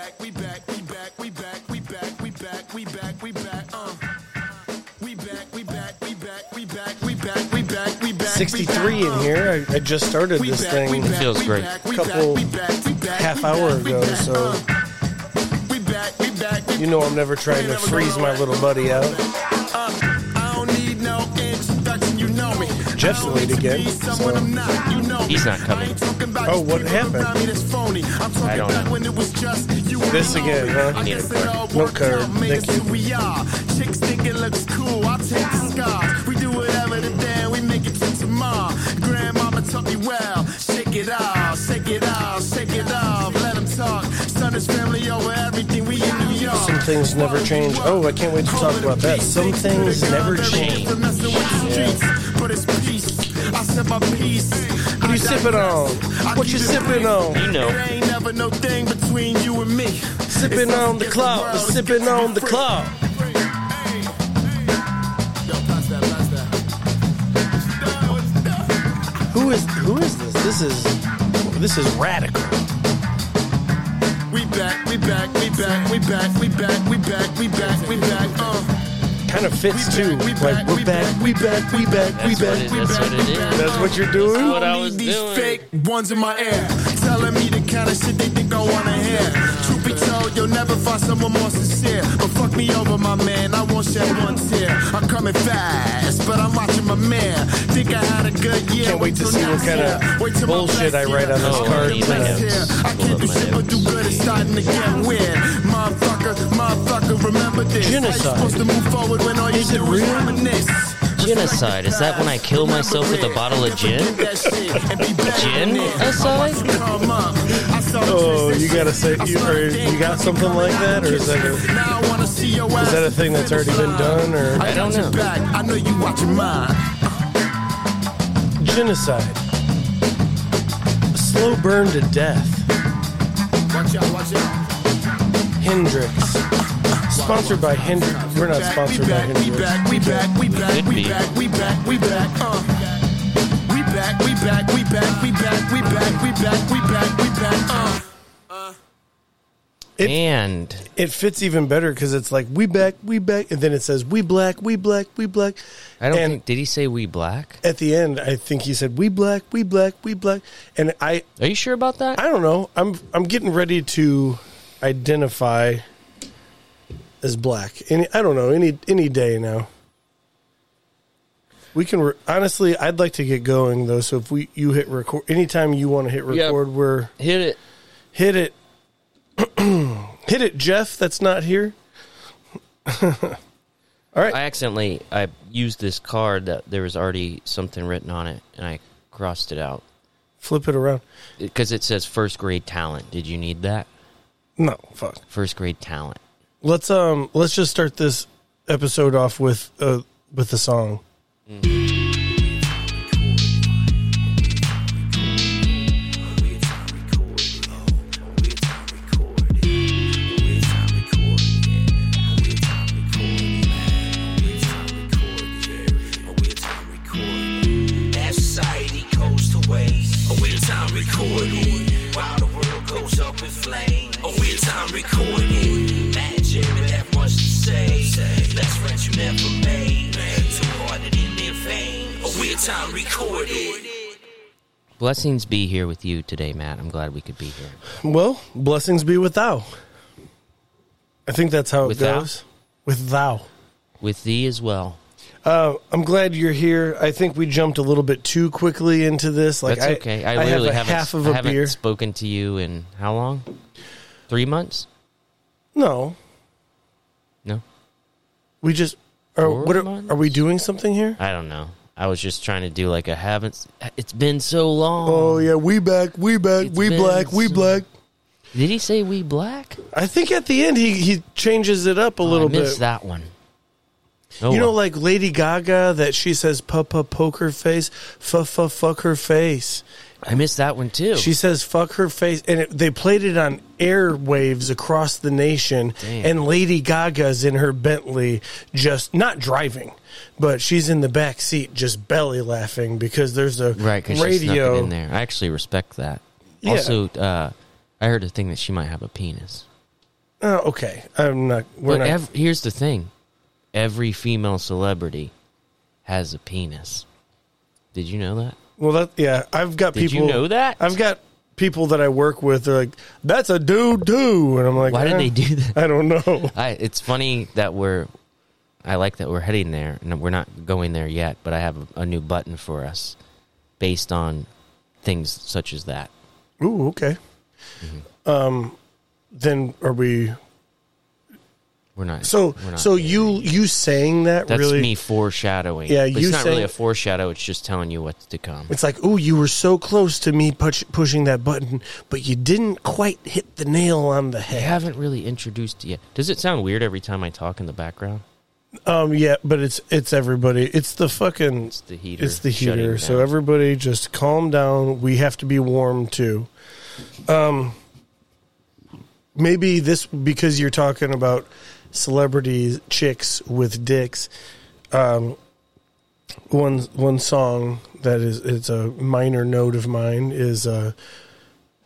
back, we back, we back, we back, we back, we back, we back, we back, uh. We back, we back, we back, we back, we back, we back, we back. uh. 63 in here. I, I just started this thing It feels great. Couple half hour ago, so uh. you know I'm never trying to freeze my little buddy out. I don't need no introduction, you know me. Jeff's I don't need late to again, be someone so- I'm not, you know He's me. not coming. I ain't talking about Oh, these what people around happened? me that's phony. I'm talking I don't back know. when it was just you This and me. again, huh? I Need a guess card. it all No worked card. out, made Thank us you. who we are. Chicks think it looks cool. I'll take the scars. We do whatever today and we make it to tomorrow. Grandmama taught me well. Shake it off, shake it off, shake it off. Let 'em talk. Son is family over everything. We in New York. Some things never change. Oh, I can't wait to talk about that. Some things never change. What What you sipping on? What you sipping on? You know. There ain't never no thing between you and me. Sipping on the clock. Sipping on the clock. Who is who is this? This is this is radical. We back, we back, we back, we back, we back, we back, we back, we back, uh. Kind of fits too. we Like we're back, we back, we back, we back. That's what it, that's what it is. That's what you're doing. what I need was these doing. fake ones in my ear, telling me the kind of shit they think I wanna hear. Truth be told, you'll never find someone more sincere. But fuck me over, my man. I won't shed one tear. I'm coming fast, but I'm watching my man. Think I had a good year. Can't wait to till see what next kinda year. Wait till my bullshit I blessed write year. on this Oh, card the blessed tonight. year. I can't do shit but do good. It's starting to get weird. Motherfucker, motherfucker, remember this. How you Genocide. supposed to move forward when all you Is it do is real? reminisce? Genocide. Is that when I kill myself with a bottle of gin? Gin aside? Oh, Oh, you gotta say you or you got something like that, or is that a, is Is that a thing that's already been done, or I don't know. Back. I know you watching mine. genocide? A slow burn to death. Watch out, watch out. Hendrix. Sponsored by Hendrix. We're not Back, we sponsored by back, we Hendrix. back, we back, we back, Could we be. back, we back, we back, uh. We back, we back, we back, we back, we back, we back, we back, we back, uh. And It fits even better because it's like we back, we back, and then it says we black, we black, we black. I don't and think did he say we black? at the end, I think he said we black, we black, we black, and I Are you sure about that? I don't know. I'm I'm getting ready to identify as black. Any I don't know any any day now. We can re- honestly. I'd like to get going though. So if we you hit record anytime you want to hit Yeah. record, we're Hit it. hit it, hit it, Jeff. That's not here. I accidentally I used this card that there was already something written on it, and I crossed it out Flip it around. because it says first grade talent. Did you need that No fuck. first grade talent? Let's um. Let's just start this episode off with uh with a song. Society goes to waste. A weird time recording while the world goes up in flames. A weird time recording. Imagine with that much to say. Less friends you never made. Too hard and in their vein. A weird time recorded. Blessings be here with you today, Matt. I'm glad we could be here. Well, blessings be with thou. I think that's how it With thou? goes. With thou. With thee as well. Uh, I'm glad you're here. I think we jumped a little bit too quickly into this. Like That's I, okay. I, I have literally a haven't, half of I a haven't beer. spoken to you in how long? Three months? No, No, we just are. Four What are, months? are we doing something here? I don't know. I was just trying to do like a haven't. It's been so long. Oh yeah, we back, we back, It's we been black, we so- black. Did he say we black? I think at the end he he changes it up a little Oh, I missed bit. that one. Oh, You know, well. like Lady Gaga, that she says "papa poker face, fa fa fuck her face." I missed that one too. She says "fuck her face," and it, they played it on airwaves across the nation. Damn. And Lady Gaga's in her Bentley, just not driving, but she's in the back seat, just belly laughing because there's a right because she snuck radio. it in there. I actually respect that. Yeah. Also, uh, I heard a thing that she might have a penis. Oh, okay. I'm not. We're not. But ev- here's the thing: every female celebrity has a penis. Did you know that? well, that yeah. I've got Did you people. know that? I've got people that I work with. They're like, "That's a dude, too," and I'm like, Why did "Eh, they do that? I don't know. I, it's funny that we're. I like that we're heading there, and we're not going there yet. But I have a, a new button for us, based on things such as that. Ooh, okay. Mm-hmm. Um, then are we? We're not. So, we're not so there. you you saying that That's really? me foreshadowing. Yeah, But you it's not really saying- a foreshadow. It's just telling you what's to come. It's like, ooh, you were so close to me push, pushing that button, but you didn't quite hit the nail on the I head. haven't really introduced it yet. Does it sound weird every time I talk in the background? Um, yeah, but it's it's everybody. It's the fucking. It's the heater. It's the shutting heater. So down. everybody, just calm down. We have to be warm too. Um, maybe this because you're talking about celebrities, chicks with dicks. Um, one one song that is it's a minor note of mine is uh,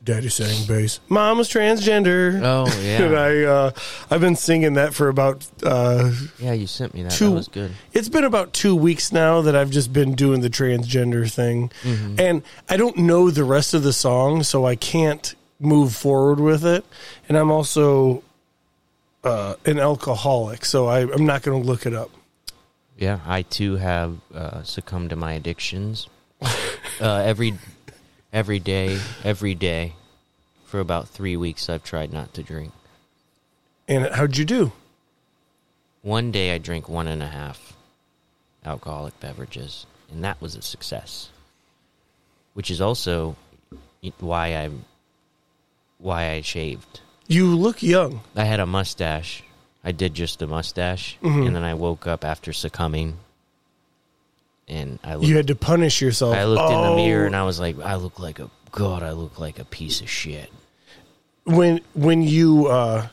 "Daddy sang bass, Mama's transgender." Oh and yeah, I uh, I've been singing that for about. Uh, yeah. You sent me that. two- That was good. it's been about two weeks now that I've just been doing the transgender thing, Mm-hmm. and I don't know the rest of the song, so I can't move forward with it. And I'm also uh, an alcoholic, so I, I'm not going to look it up. Yeah, I too have uh, succumbed to my addictions. uh, every every day, every day, for about three weeks, I've tried not to drink. And how'd you do? One day, I drank one and a half alcoholic beverages, and that was a success. Which is also why I why I shaved. You look young. I had a mustache. I did just a mustache, and then I woke up after succumbing, and I looked You had to punish yourself. I looked in the mirror and Oh, I was like, I look like a god. I look like a piece of shit. when when you uh,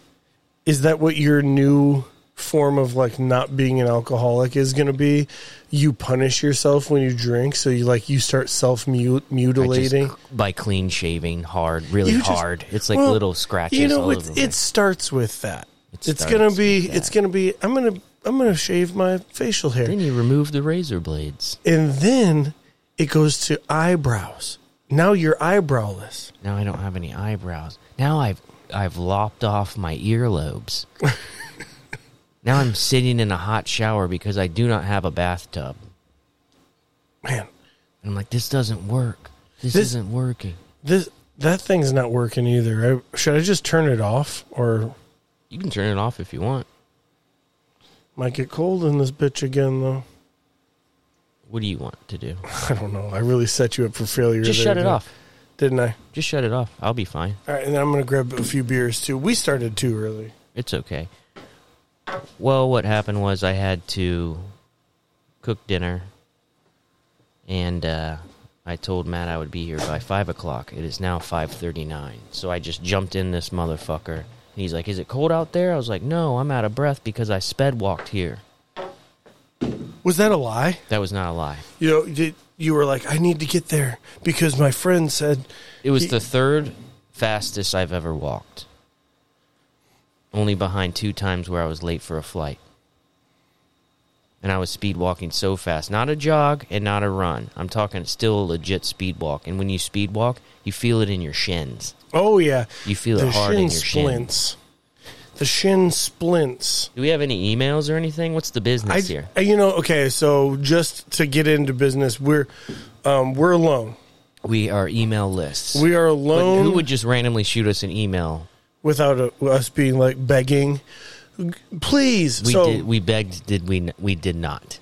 is that what your new form of like not being an alcoholic is going to be? You punish yourself when you drink, so you like you start self I just- mutilating. by clean shaving, hard, really You just- hard. It's like well, little scratches. You know, all it's, over me. it starts with that. It it's starts gonna be. with It's that. gonna be. I'm gonna. I'm gonna shave my facial hair, Then you remove the razor blades. and then it goes to eyebrows. Now you're eyebrowless. Now I don't have any eyebrows. Now I've I've lopped off my earlobes. now I'm sitting in a hot shower because I do not have a bathtub. Man, And I'm like, this doesn't work. This, This- isn't working. this that thing's not working either. I, should I just turn it off, or You can turn it off if you want. might get cold in this bitch again? Though What do you want to do? I don't know. I really set you up for failure. Just there, shut it didn't- off. didn't I? Just shut it off. I'll be fine. All right, and then I'm gonna grab a few beers too. We started too early. It's okay. Well, what happened was I had to cook dinner, and uh, I told Matt I would be here by five o'clock. It is now five thirty-nine, so I just jumped in this motherfucker. And he's like, "Is it cold out there?" I was like, "No, I'm out of breath because I sped walked here." Was that a lie? That was not a lie. You know, you, you were like, I need to get there because my friend said It was He- the third fastest I've ever walked, only behind two times where I was late for a flight. And I was speed walking so fast. Not a jog and not a run. I'm talking still legit speed walk. And when you speed walk, you feel it in your shins. Oh yeah, You feel it the hard shin in your shins. splints. The shin splints. Do we have any emails or anything? What's the business here? I, you know, okay. So just to get into business, we're um, we're alone. We are email lists. We are But alone who would just randomly shoot us an email? without a, us being like begging. Please, We so did. We begged. Did we? n- We did not.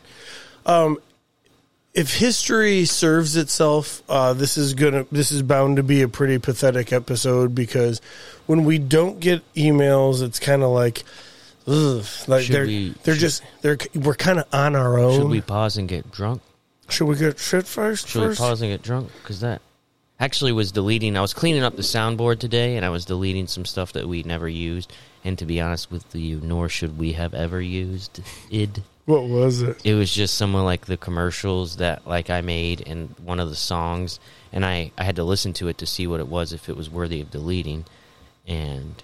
if history serves itself, uh, this is gonna this is bound to be a pretty pathetic episode because when we don't get emails, it's kind of like, ugh, like Should they're we- they're should- just they're we're kind of on our own. Should we pause and get drunk? Should we get shit first? Should we first? pause and get drunk? Because that actually was deleting. I was cleaning up the soundboard today, and I was deleting some stuff that we never used. And to be honest with you, nor should we have ever used id. What was it? It was just someone like the commercials that like I made and one of the songs, and I I had to listen to it to see what it was if it was worthy of deleting, and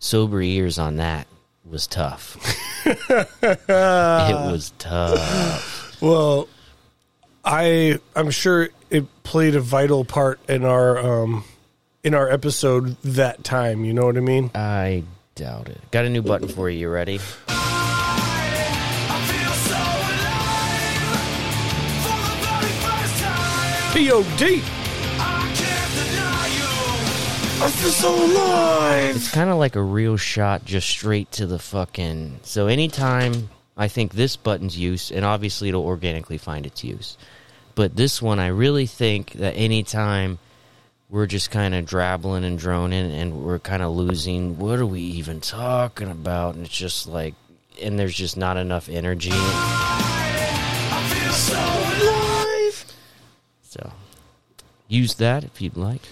sober years on that was tough. it was tough. Well, I I'm sure it played a vital part in our um in our episode that time. You know what I mean? I doubt it. Got a new button for you. You ready? Pod. I feel so alive. It's kind of like a real shot, just straight to the fucking. So anytime I think this button's use, and obviously it'll organically find its use, but this one I really think that anytime we're just kind of drabbling and droning, and we're kind of losing. What are we even talking about? And it's just like, and there's just not enough energy. So alive. So use that if you'd like.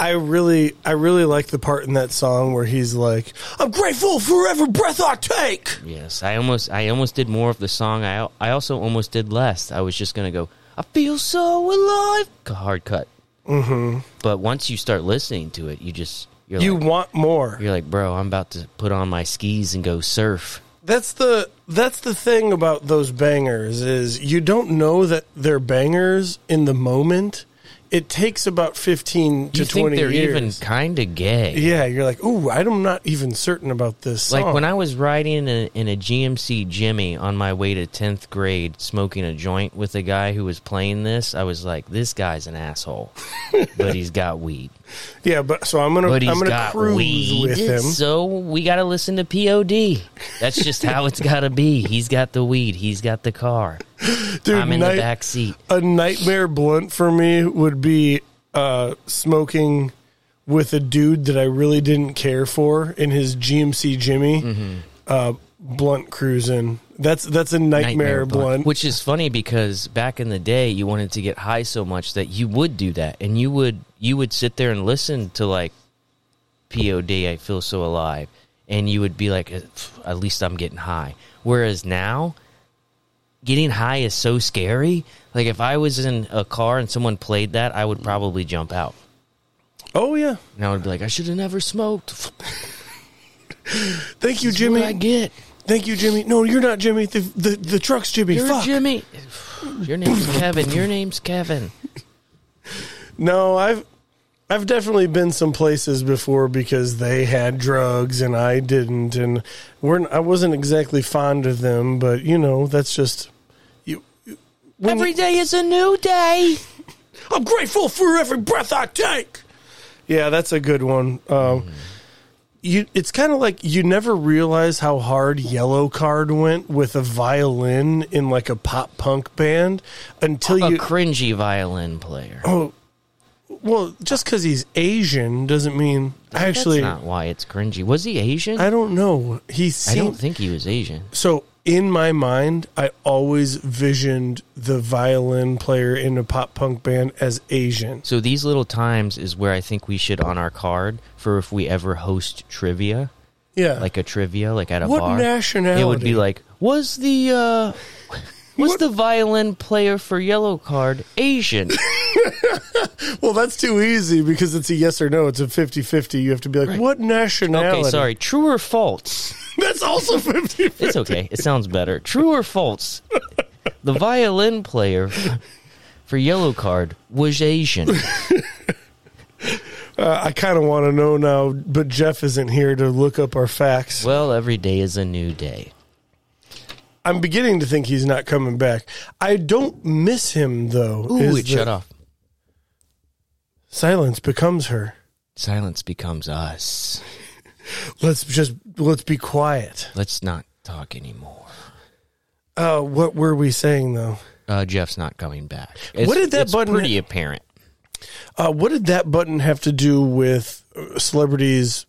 I really I really like the part in that song where he's like, "I'm grateful for every breath I take." Yes, I almost I almost did more of the song. I I also almost did less. I was just gonna go. I feel so alive. C- Hard cut. Mm-hmm. But once you start listening to it, you just you're You like, want more. you're like, bro, I'm about to put on my skis and go surf. That's the that's the thing about those bangers is you don't know that they're bangers in the moment. It takes about 15 to You think 20 they're even years. kind of gay? yeah, you're like, "Ooh, I'm not even certain about this song." Like when I was riding in a, in a GMC Jimmy on my way to 10th grade smoking a joint with a guy who was playing this, I was like, this guy's an asshole, but he's got weed. Yeah, but so I'm going But to he's I'm going to got cruise weed. with him. So we got to listen to POD. That's just how it's got to be. He's got the weed, he's got the car. Dude, I'm in night- the back seat. a nightmare blunt for me would be uh, smoking with a dude that I really didn't care for in his GMC Jimmy Mm-hmm. uh, blunt cruising. That's that's a nightmare, blunt. Which is funny because back in the day, you wanted to get high so much that you would do that, and you would you would sit there and listen to like POD. I feel so alive, and you would be like, "Uh, "Pff, at least I'm getting high. Whereas now, getting high is so scary. Like if I was in a car and someone played that, I would probably jump out. oh yeah, And I would be like, I should have never smoked. thank you, What Jimmy. I get. Thank you, Jimmy. No, you're not Jimmy. The the, the truck's Jimmy. You're Fuck. Jimmy. Your name's Kevin. Your name's Kevin. No, I've I've definitely been some places before because they had drugs and I didn't, and we're I wasn't exactly fond of them, but you know that's just. You, when you- Every day is a new day. I'm grateful for every breath I take. Yeah, that's a good one. Um, You, it's kind of like you never realize how hard Yellow Card went with a violin in like a pop punk band until a you. Oh, cringy violin player. well, just because he's Asian doesn't mean. Actually, That's not why it's cringy. Was he Asian? I, I don't know. He seemed, don't think he was Asian. so. In my mind, I always visioned the violin player in a pop punk band as Asian. So these little times is where I think we should on our card for if we ever host trivia, Yeah, like a trivia, like at a What bar. nationality? It would be like, was the uh, was the violin player for Yellow Card Asian? Well, that's too easy because it's a yes or no. It's a 50 50. You have to be like, what nationality? okay, sorry. True or false? That's also 50 It's okay. It sounds better. True or false? The violin player for Yellow Card was Asian. Uh, I kind of want to know now, but Jeff isn't here to look up our facts. Well, every day is a new day. I'm beginning to think he's not coming back. I don't miss him, though. Ooh, is it the- shut off. Silence becomes her. Silence becomes us. Let's just, let's be quiet. Let's not talk anymore. Uh, what were we saying, though? Uh, Jeff's not coming back. It's, What did that it's button- Pretty apparent. Uh, what did that button have to do with uh, celebrities,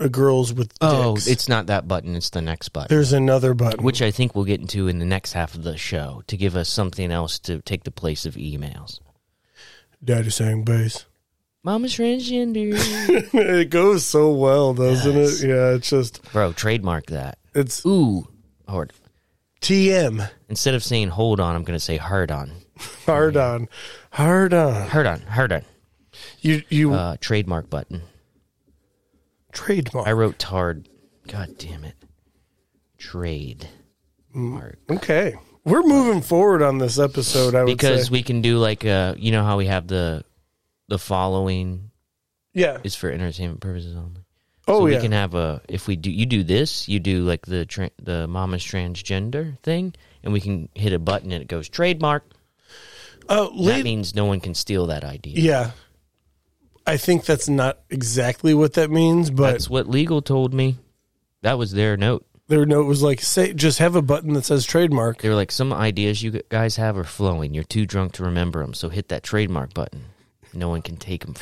uh, girls with Oh, dicks? it's not that button. It's the next button, There's another button. which I think we'll get into in the next half of the show to give us something else to take the place of emails. Daddy sang bass. Mama's transgender, it goes so well, doesn't it? Yeah, it's just bro. Trademark that. it's Ooh, hard. TM Instead of saying hold on, I'm going to say hard on. hard on, hard on. Hard on. Hard on. You you Uh, trademark button. Trademark. I wrote tard. God damn it. Trade. Mark. okay. We're moving forward on this episode, I would Because say. we can do like uh you know how we have the the following yeah. is for entertainment purposes only. Oh, so we yeah. can have a if we do you do this, you do like the tra- the mama's transgender thing and we can hit a button and it goes trademark. Uh, That late, means no one can steal that idea. yeah. I think that's not exactly what that means, but That's what legal told me. That was their note. their note was like, say, just have a button that says trademark. They were like, "Some ideas you guys have are flowing. You're too drunk to remember them, so hit that trademark button. No one can take them."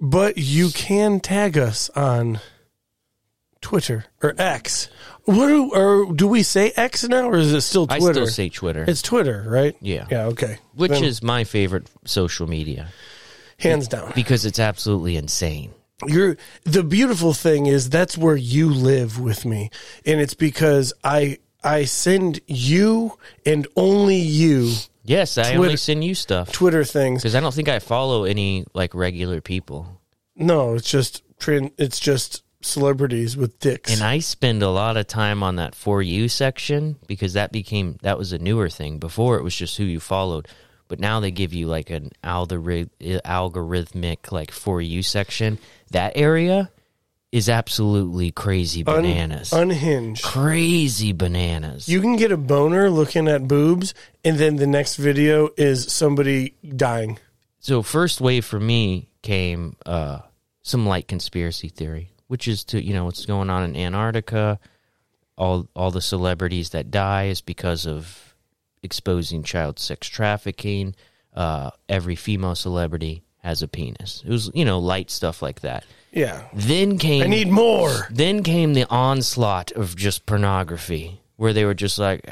But you can tag us on Twitter or X. What do, or do we say X now, or is it still I Twitter? still say Twitter, it's Twitter, right? Yeah. Yeah. Okay. which Then, is my favorite social media hands down. because it's absolutely insane. You're the beautiful thing is that's where you live with me, and it's because I I send you and only you Yes, I Twitter- only send you stuff Twitter things. because I don't think I follow any like regular people, No, it's just tran- it's just celebrities with dicks. and I spend a lot of time on that for you section because that became that was a newer thing. Before it was just who you followed. But now they give you like an algorith- algorithmic like for you section. That area is absolutely crazy Un- bananas. unhinged. crazy bananas. You can get a boner looking at boobs, and then the next video is somebody dying. so first wave for me came uh, some light conspiracy theory, which is to you know what's going on in Antarctica. All all the celebrities that die is because of exposing child sex trafficking. Uh, every female celebrity has a penis. It was you know light stuff like that. Yeah. Then came I need more. then came the onslaught of just pornography, where they were just like,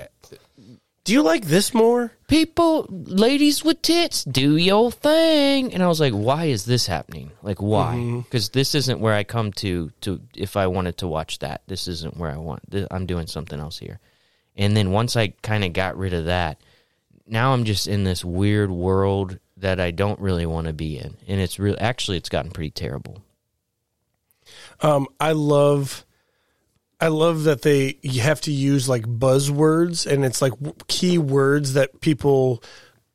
Do you like this more? people, ladies with tits, do your thing. And I was like, why is this happening? Like, why? Because this isn't where I come to to if I wanted to watch that. This isn't where I want. th- I'm doing something else here. And then once I kind of got rid of that, now I'm just in this weird world that I don't really want to be in. And it's really actually it's gotten pretty terrible. Um, I love, I love that they you have to use like buzzwords, and it's like w- key words that people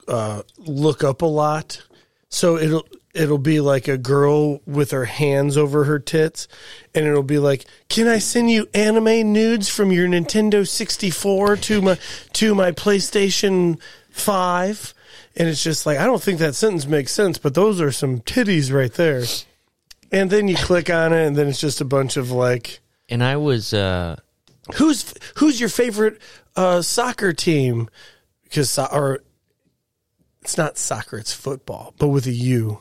uh, look up a lot. So it'll it'll be like a girl with her hands over her tits, and it'll be like, "Can I send you anime nudes from your Nintendo sixty four to my to my PlayStation 5? And it's just like I don't think that sentence makes sense, but those are some titties right there. And then you click on it, and then it's just a bunch of like, And I was uh who's who's your favorite uh, soccer team? Because so- or it's not soccer, it's football, but with a U.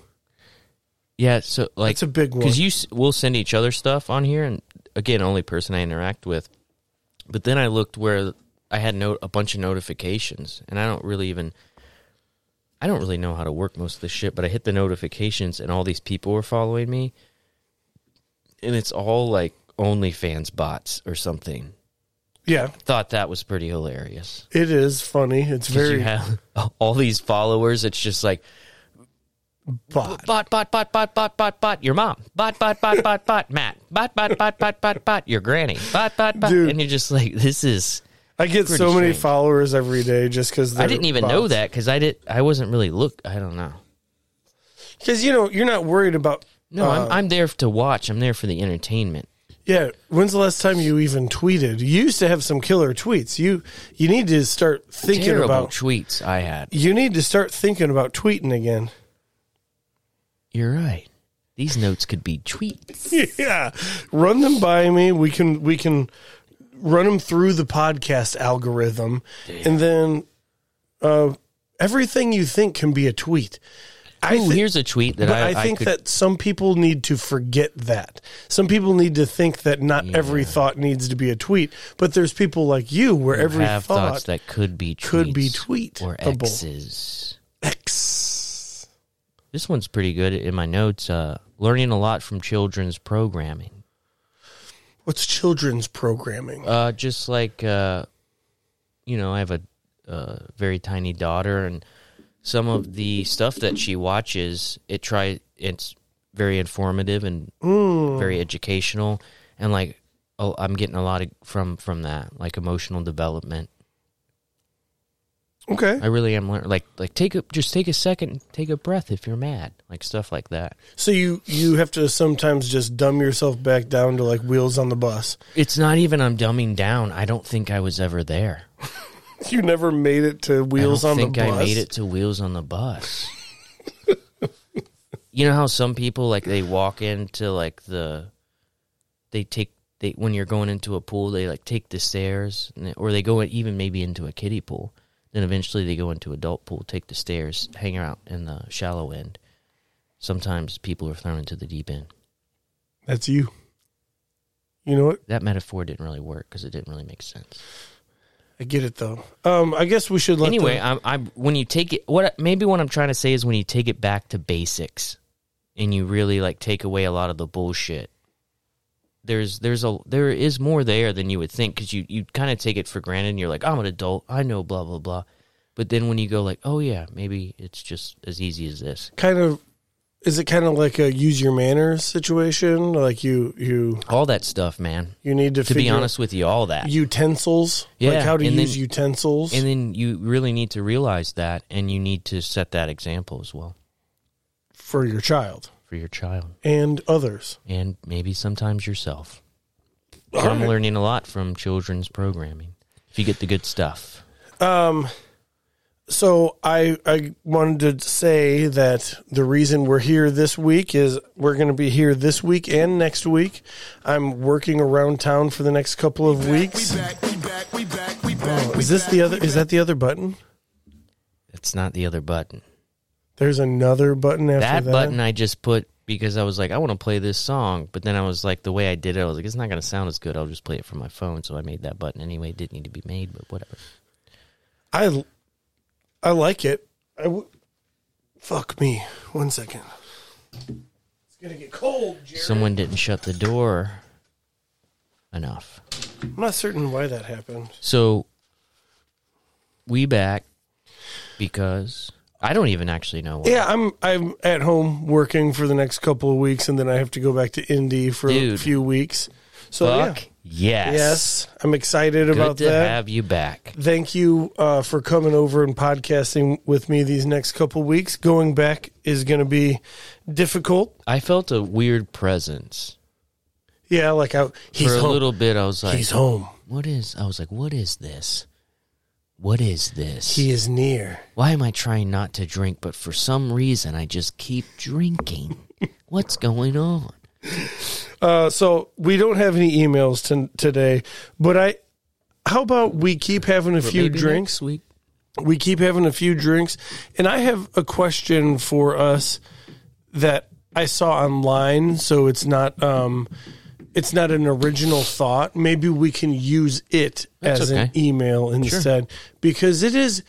Yeah, so like That's a big one. because you s- we'll send each other stuff on here, and again, only person I interact with. But then I looked where I had no, a bunch of notifications, and I don't really even I don't really know how to work most of this shit. But I hit the notifications, and all these people were following me, and it's all like OnlyFans bots or something. Yeah, Thought that was pretty hilarious. it is funny. It's 'Cause very you have all these followers. It's just like bot. bot bot bot bot bot bot bot your mom bot bot bot bot bot Matt bot bot bot bot bot bot your granny bot bot bot Dude. and you're just like this is I get pretty so many strange. followers every day just because I didn't even know that because I did I wasn't really look I don't know because you know you're not worried about. no Uh. I'm I'm there to watch I'm there for the entertainment Yeah, when's the last time you even tweeted? You used to have some killer tweets. You you need to start thinking terrible about. tweets I had you need to start thinking about tweeting again. you're right these notes could be tweets yeah run them by me we can we can run them through the podcast algorithm and then uh everything you think can be a tweet i Ooh, thi- here's a tweet that but I, I, think could, that some people need to forget that. Some people need to think that not every thought needs to be a tweet, but there's people like you where every have thought thoughts that could be tweets could be tweet or X's X. This one's pretty good in my notes. Uh, learning a lot from children's programming. What's children's programming? Uh, just like, uh, you know, I have a uh, very tiny daughter, and some of the stuff that she watches, it try it's very informative and very educational, and like oh, I'm getting a lot of from from that like emotional development. Okay. I really am learning like like take a just take a second, take a breath if you're mad, like stuff like that. So you you have to sometimes just dumb yourself back down to like wheels on the bus. It's not even I'm dumbing down. I don't think I was ever there. You never made it to wheels I on don't the think bus. I made it to wheels on the bus. you know how some people like they walk into like the they take they when you're going into a pool they like take the stairs and they- or they go even maybe into a kiddie pool. Then eventually they go into adult pool, take the stairs, hang out in the shallow end. Sometimes people are thrown into the deep end. That's you. You know what? That metaphor didn't really work because it didn't really make sense. I get it though. Um, I guess we should let anyway, the- I'm, I'm when you take it. What maybe what I'm trying to say is when you take it back to basics, and you really like take away a lot of the bullshit. There's there's a there is more there than you would think because you you kind of take it for granted. and You're like I'm an adult, I know blah blah blah, but then when you go like oh yeah maybe it's just as easy as this. kind of is it kind of like a use your manners situation? Like you you All that stuff, man. you need to, To be figure out honest with you, all that. utensils. Yeah, like how to and then- use utensils. and then you really need to realize that, and you need to set that example as well for your child for your child. and others. and maybe sometimes yourself. I'm learning a lot from children's programming. If you get the good stuff, So I I wanted to say that the reason we're here this week is we're going to be here this week and next week. I'm working around town for the next couple of weeks. Oh, is this the other? Is that the other button? it's not the other button. There's another button after That that. button I just put because I was like, I want to play this song, but then I was like, the way I did it, I was like, it's not going to sound as good. I'll just play it from my phone. So I made that button anyway. It didn't need to be made, but whatever. I I like it. I w- fuck me. One second. It's gonna get cold. Jerry. Someone didn't shut the door enough. I'm not certain why that happened. So we back because I don't even actually know why. Yeah, I'm I'm at home working for the next couple of weeks, and then I have to go back to Indy for a Dude. few weeks. So yeah. Fuck yes. yes, I'm excited about Good to that. have you back. Thank you uh, for coming over and podcasting with me these next couple of weeks. Going back is going to be difficult. I felt a weird presence Yeah, like I, he's for a home. little bit. I was like, he's home. "What is?" I was like, "What is this? What is this? He is near. Why am I trying not to drink, but for some reason I just keep drinking? What's going on?" Uh, so we don't have any emails to, today, but I. How about we keep having a few Maybe drinks? next week. we keep having a few drinks and i have a question for us that i saw online so it's not um it's not an original thought maybe we can use it That's as an okay. email instead because it is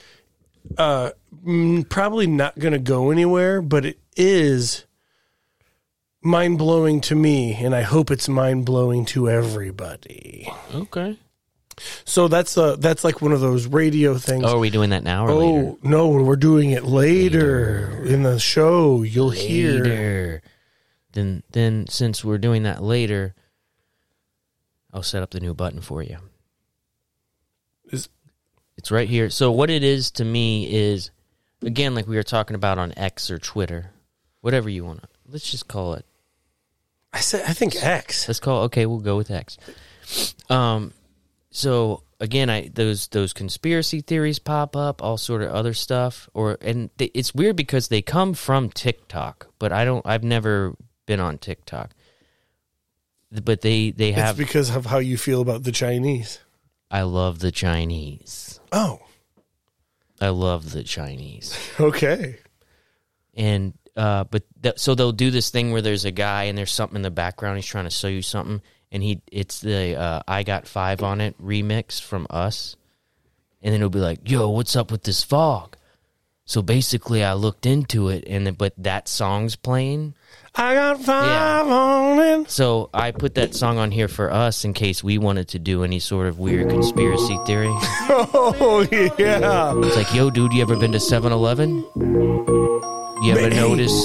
uh mm, probably not going to go anywhere but it is mind-blowing to me and i hope it's mind-blowing to everybody Okay. so that's uh that's like one of those radio things Oh, are we doing that now or Oh later? no, we're doing it later, in the show. You'll hear. Later. Then, then since we're doing that later, I'll set up the new button for you. Is- It's right here. So what it is to me is again like we were talking about on X or Twitter, whatever you want to. Let's just call it. I said I think X. Let's call okay, we'll go with X. Um so again, I those those conspiracy theories pop up, all sort of other stuff or and they, it's weird because they come from TikTok, but I don't I've never been on TikTok. But they they It's have because of how you feel about the Chinese. I love the Chinese. Oh, I love the Chinese. okay. and uh, but th- so they'll do this thing where there's a guy and there's something in the background. He's trying to show you something, and he it's the uh, I Got Five on it remix from Us, and then it'll be like, "Yo, what's up with this fog?" So basically, I looked into it, and then- but that song's playing. I got five on it. So I put that song on here for us in case we wanted to do any sort of weird conspiracy theory. Oh yeah. It's like, yo, dude, you ever been to 7 Eleven? You ever Man. notice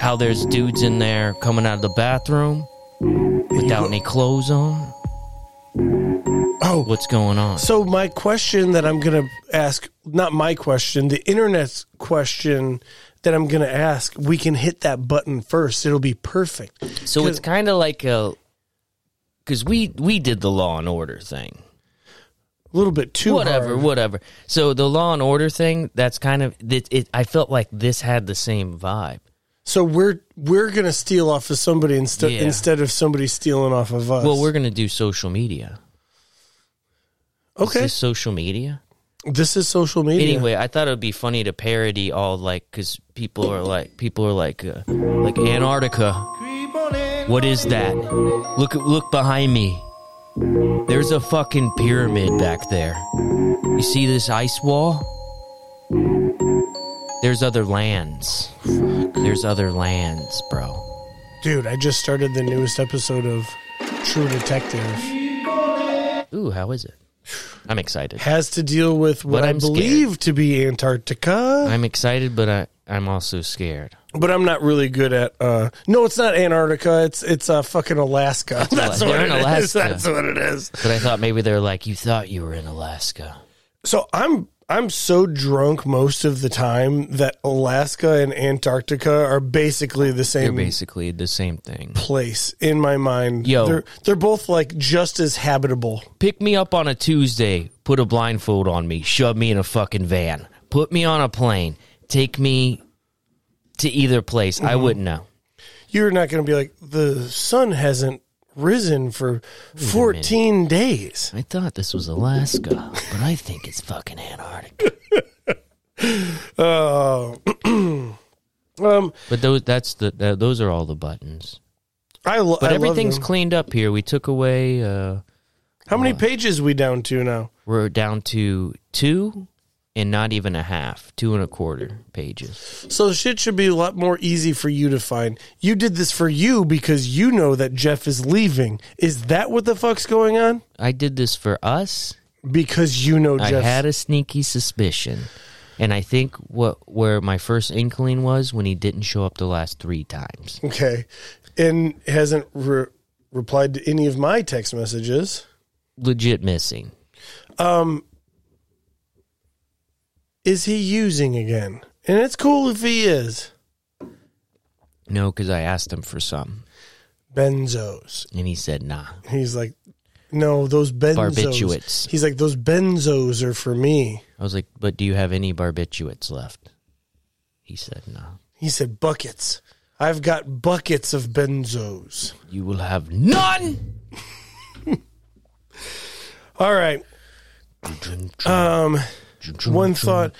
how there's dudes in there coming out of the bathroom without any clothes on. Oh, What's going on? So my question that I'm going to ask, not my question, the internet's question that I'm going to ask, we can hit that button first. It'll be perfect. So it's 'Cause- kind of like a because we we did the Law and Order thing. a little bit too whatever, hard. whatever. So the Law and Order thing, that's kind of it, it. I felt like this had the same vibe. So we're we're going to steal off of somebody instead Yeah. instead of somebody stealing off of us. Well, we're gonna do social media. Is okay. This, this social media. is social media. Anyway, I thought it would be funny to parody all like because people are like people are like uh, like Antarctica. What is that? Look look behind me. There's a fucking pyramid back there. You see this ice wall? There's other lands. There's other lands, bro. dude, I just started the newest episode of True Detective. Ooh, how is it? I'm excited. Has to deal with what But I I'm scared. believe to be Antarctica. I'm excited, but I I'm also scared. but I'm not really good at. uh No, it's not Antarctica. It's it's uh, fucking Alaska. That's They're what it in is. Alaska. That's what it is. But I thought maybe they're like you thought you were in Alaska. So I'm I'm so drunk most of the time that Alaska and Antarctica are basically the They're same basically the same thing. place in my mind. Yo. they're they're both like just as habitable. Pick me up on a Tuesday, put a blindfold on me, shove me in a fucking van, put me on a plane, take me to either place. I wouldn't know. You're not going to be like the sun hasn't risen for 14 days. I thought this was Alaska, but I think it's fucking Antarctica. Oh. um But those that's the tha- those are all the buttons. I lo- But I love everything's them. cleaned up here. We took away uh How many pages we down to now? we're down to 2 and not even a half, two and a quarter pages. So shit should be a lot more easy for you to find. You did this for you because you know that Jeff is leaving. Is that what the fuck's going on? I did this for us. Because you know I Jeff. had a sneaky suspicion, and I think what where my first inkling was when he didn't show up the last three times. okay, and hasn't re- replied to any of my text messages. Legit missing. Is he using again? And it's cool if he is No, because I asked him for some, benzos. and he said nah. He's like, no, those benzos. Barbiturates. He's like, those benzos are for me. I was like, "But do you have any barbiturates left?" He said, "No." He said buckets. I've got buckets of benzos. You will have none. All right. Um, one thought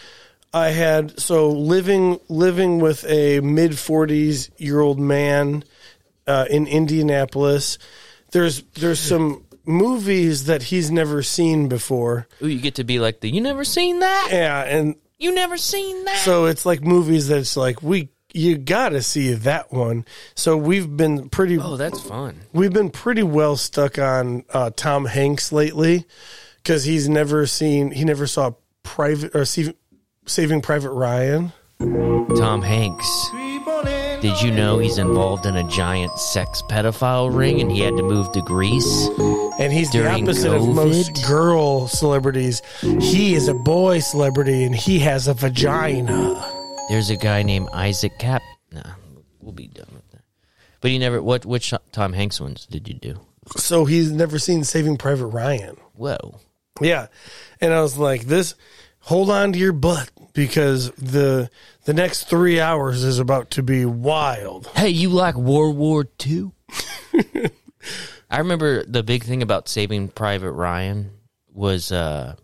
I had so living living with a mid forties year old man uh, in Indianapolis. There's there's some movies that he's never seen before. Ooh, you get to be like the. You never seen that. Yeah, and You never seen that. so it's like movies that's like we you gotta see that one. So we've been pretty oh, that's fun. we've been pretty well stuck on uh, Tom Hanks lately because he's never seen he never saw private or see, Saving Private Ryan. Tom Hanks. Did you know he's involved in a giant sex pedophile ring and he had to move to Greece? And he's During the opposite of most COVID? girl celebrities. He is a boy celebrity and he has a vagina. There's a guy named Isaac Cap. Nah, we'll be done with that. But he never. What? Which Tom Hanks ones did you do? So he's never seen Saving Private Ryan. Whoa. Yeah. And I was like, this hold on to your butt because the the next three hours is about to be wild. Hey, you like World War II? I remember the big thing about Saving Private Ryan was uh,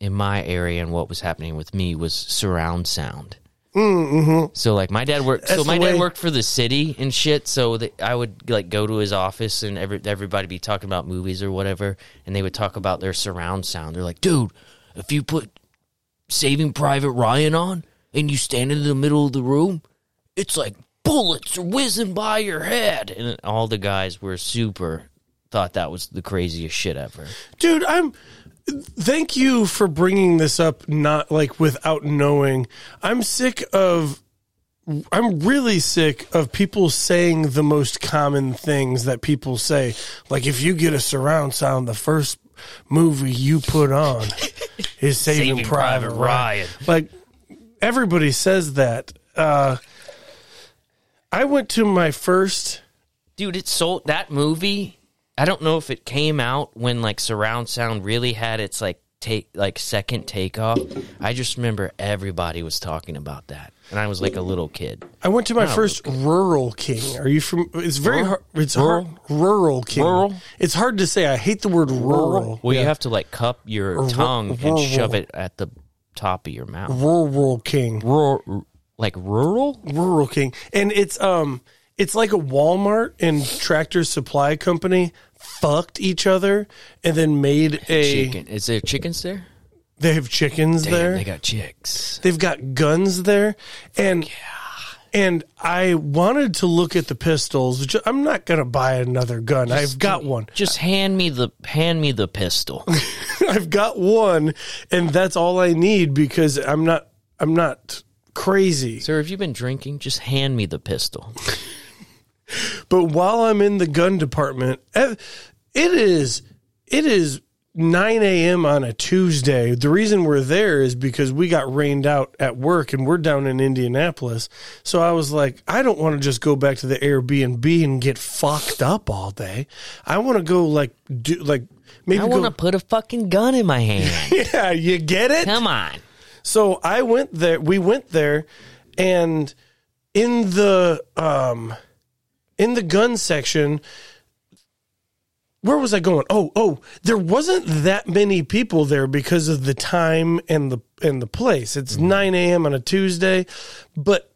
in my area and what was happening with me was surround sound. Mm-hmm. So like my dad worked. so Mm, That's my the dad way- worked for the city and shit. So that I would like go to his office and every everybody be talking about movies or whatever, and they would talk about their surround sound. They're like, dude, if you put Saving Private Ryan on and you stand in the middle of the room, it's like bullets are whizzing by your head. And all the guys were super thought that was the craziest shit ever. dude i'm thank you for bringing this up not like without knowing i'm sick of I'm really sick of people saying the most common things that people say. Like if you get a surround sound, the first movie you put on is Saving, Saving Private, Private Ryan. Ryan. Like everybody says that. Uh, I went to my first. dude it sold that movie i don't know if it came out when like surround sound really had its like take like second takeoff i just remember everybody was talking about that and i was like a little kid I went to my first rural king. Are you from? It's very hard. It's rural? hard. Rural king. Rural? It's hard to say. I hate the word rural. well you have to like cup your ru- tongue and rural. shove it at the top of your mouth Rural king. rural like rural Rural king. And it's um, it's like a Walmart and Tractor Supply Company fucked each other and then made a. chicken is there chickens there They have chickens Damn, there. they got chicks They've got guns there, and and I wanted to look at the pistols. Which I'm not gonna buy another gun. I've got one. just hand me the hand me the pistol I've got one, and that's all I need because I'm not I'm not crazy. sir have you been drinking just hand me the pistol But while I'm in the gun department, eh, it is it is 9 a.m. on a Tuesday. The reason we're there is because we got rained out at work and we're down in Indianapolis. So I was like, I don't want to just go back to the Airbnb and get fucked up all day. I want to go like do like maybe i want to go. put a fucking gun in my hand Yeah, you get it. Come on. So I went there. We went there, and in the um, in the gun section, where was I going? Oh, oh, there wasn't that many people there because of the time and the and the place. It's nine a.m. on a Tuesday, but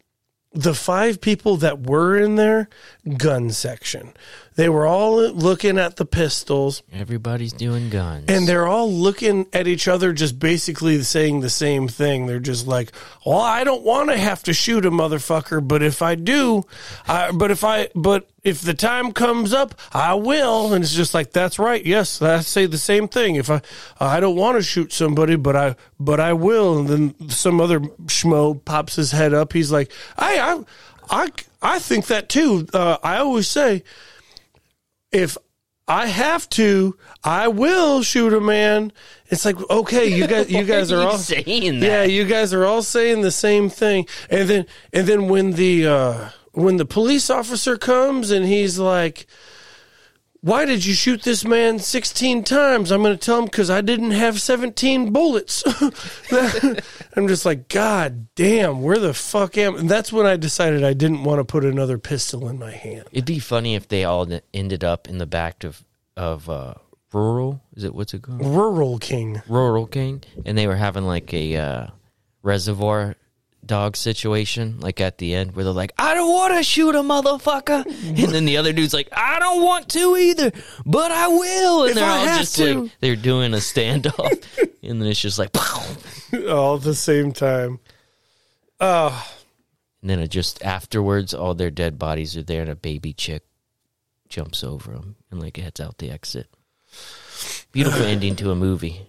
the five people that were in there, gun section, they were all looking at the pistols. Everybody's doing guns. And they're all looking at each other, just basically saying the same thing. They're just like, "Well, I don't want to have to shoot a motherfucker, but if I do, I, but if I, but if the time comes up, I will." And it's just like, "That's right, yes, I say the same thing. If I, I don't want to shoot somebody, but I, but I will." And then some other schmo pops his head up. He's like, "Hey, I, I, I think that too. Uh, I always say." if I have to, I will shoot a man. It's like okay, you guys, you guys are you all saying that? Yeah, you guys are all saying the same thing. And then, and then when the uh, when the police officer comes and he's like, "Why did you shoot this man sixteen times?" I'm going to tell him because I didn't have seventeen bullets. I'm just like, God damn, where the fuck am? And that's when I decided I didn't want to put another pistol in my hand. It'd be funny if they all n- ended up in the back of of uh, rural. Is it what's it called? Rural king. Rural King, and they were having like a uh, reservoir dog situation, like at the end where they're like, "I don't want to shoot a motherfucker," and then the other dude's like, "I don't want to either, but I will," and If they're I all have just to. like they're doing a standoff, and then it's just like, pow. all at the same time. and then it just afterwards, all their dead bodies are there, and a baby chick jumps over them and like heads out the exit. Beautiful ending to a movie.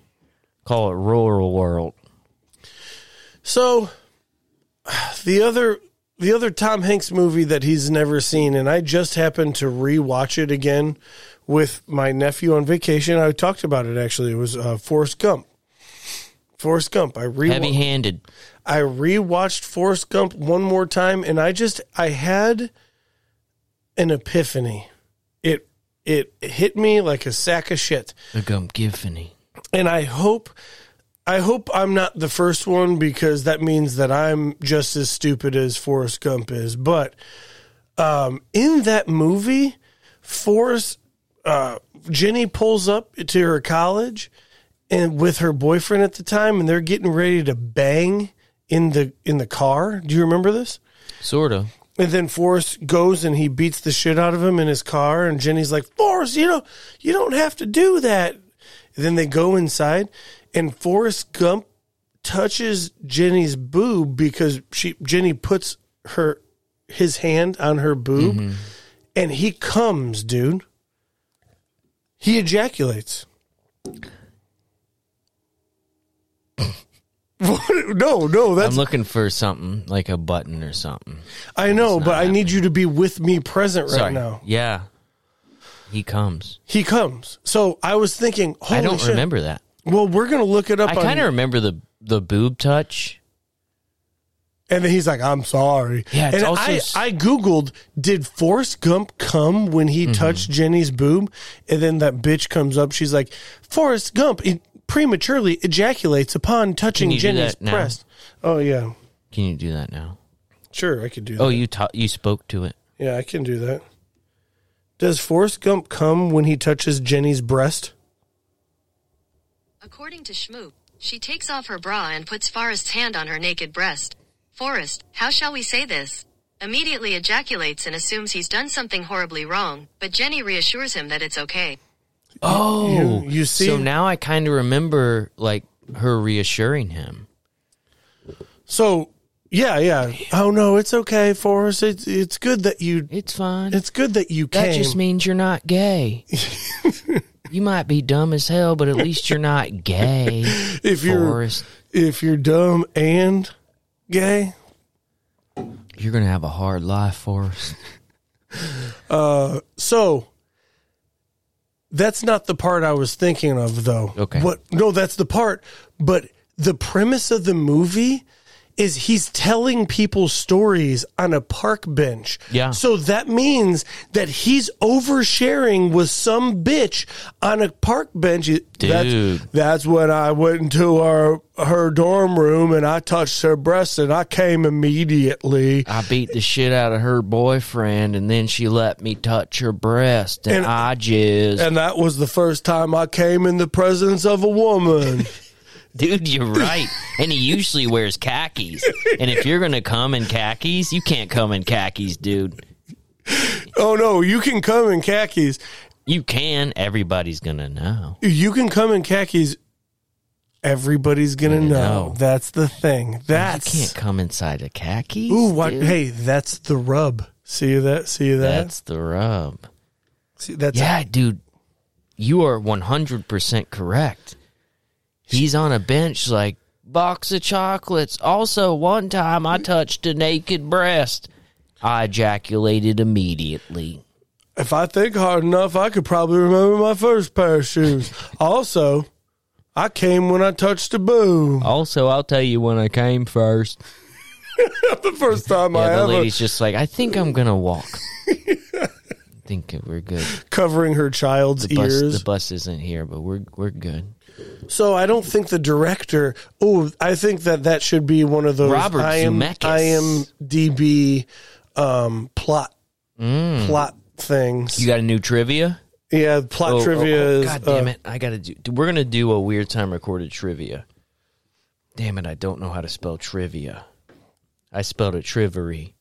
Call it Rural World. So the other the other Tom Hanks movie that he's never seen, and I just happened to rewatch it again with my nephew on vacation. I talked about it actually. It was uh, Forrest Gump. Forrest Gump. I re Heavy handed. I rewatched Forrest Gump one more time, and I just I had an epiphany. It it hit me like a sack of shit. The Gumgiffany. and I hope I hope I'm not the first one because that means that I'm just as stupid as Forrest Gump is. But um, in that movie, Forrest uh, Jenny pulls up to her college and with her boyfriend at the time, and they're getting ready to bang in the in the car. Do you remember this? Sort of. And then Forrest goes and he beats the shit out of him in his car. And Jenny's like, Forrest, you know, you don't have to do that. And then they go inside, and Forrest Gump touches Jenny's boob because she Jenny puts her his hand on her boob, Mm-hmm. and he comes, dude. He ejaculates. no, no, I'm that's looking for something like a button or something. I know, but I need you to be with me present right Sorry. now. Yeah. He comes. He comes. So I was thinking, holy I don't shit. remember that. Well, we're gonna look it up. I on- kind of remember the the boob touch. And then he's like, "I'm sorry." Yeah, it's and also I, s- I googled, did Forrest Gump come when Mm-hmm. he touched Jenny's boob? And then that bitch comes up. She's like, "Forrest Gump it prematurely ejaculates upon touching Can you do Jenny's that now? breast." Oh yeah, Can you do that now? sure, I could do that. Oh, you ta- you spoke to it. yeah, I can do that. Does Forrest Gump come when he touches Jenny's breast? According to Shmoo, she takes off her bra and puts Forrest's hand on her naked breast. Forrest, how shall we say this? Immediately ejaculates and assumes he's done something horribly wrong, but Jenny reassures him that it's okay. Oh, you see- So now I kind of remember like her reassuring him. So yeah, yeah. Oh no, it's okay, Forrest. It's it's good that you. It's fine. It's good that you that came. just means you're not gay. you might be dumb as hell, but at least you're not gay. if you're Forrest, if you're dumb and gay. you're gonna have a hard life, Forrest. So that's not the part I was thinking of though. Okay. What no, that's the part, but the premise of the movie is he's telling people stories on a park bench. Yeah. So that means that he's oversharing with some bitch on a park bench. That's, Dude. that's when I went into her her dorm room and I touched her breast and I came immediately. I beat the shit out of her boyfriend, and then she let me touch her breast, and, And- I just, And that was the first time I came in the presence of a woman. dude, you're right. and he usually wears khakis, and if you're gonna come in khakis, you can't come in khakis, dude. oh no, you can come in khakis. You can. Everybody's gonna know. You can come in khakis. Everybody's gonna know. know. That's the thing. Mm, You That's can't come inside a khakis. ooh. What, dude. hey, that's the rub. See that? See that? That's the rub. See, that's Yeah, dude, you are 100% correct. He's on a bench like, box of chocolates. Also, one time I touched a naked breast. I ejaculated immediately. If I think hard enough, I could probably remember my first pair of shoes. also, I came when I touched a boom. Also, I'll tell you when I came first. the first time I Yeah, the ever lady's just like, I think I'm going to walk. I think we're good. covering her child's The bus, ears. the bus isn't here, but we're we're good. So I don't think the director. Oh, I think that that should be one of those Robert I am, Zemeckis. IMDb um, plot plot things. Mm. You got a new trivia? yeah, plot Oh, oh, Uh, trivia oh, is. God damn uh, it! I gotta do. We're gonna do a weird time recorded trivia. Damn it! I don't know how to spell trivia. I spelled it trivery.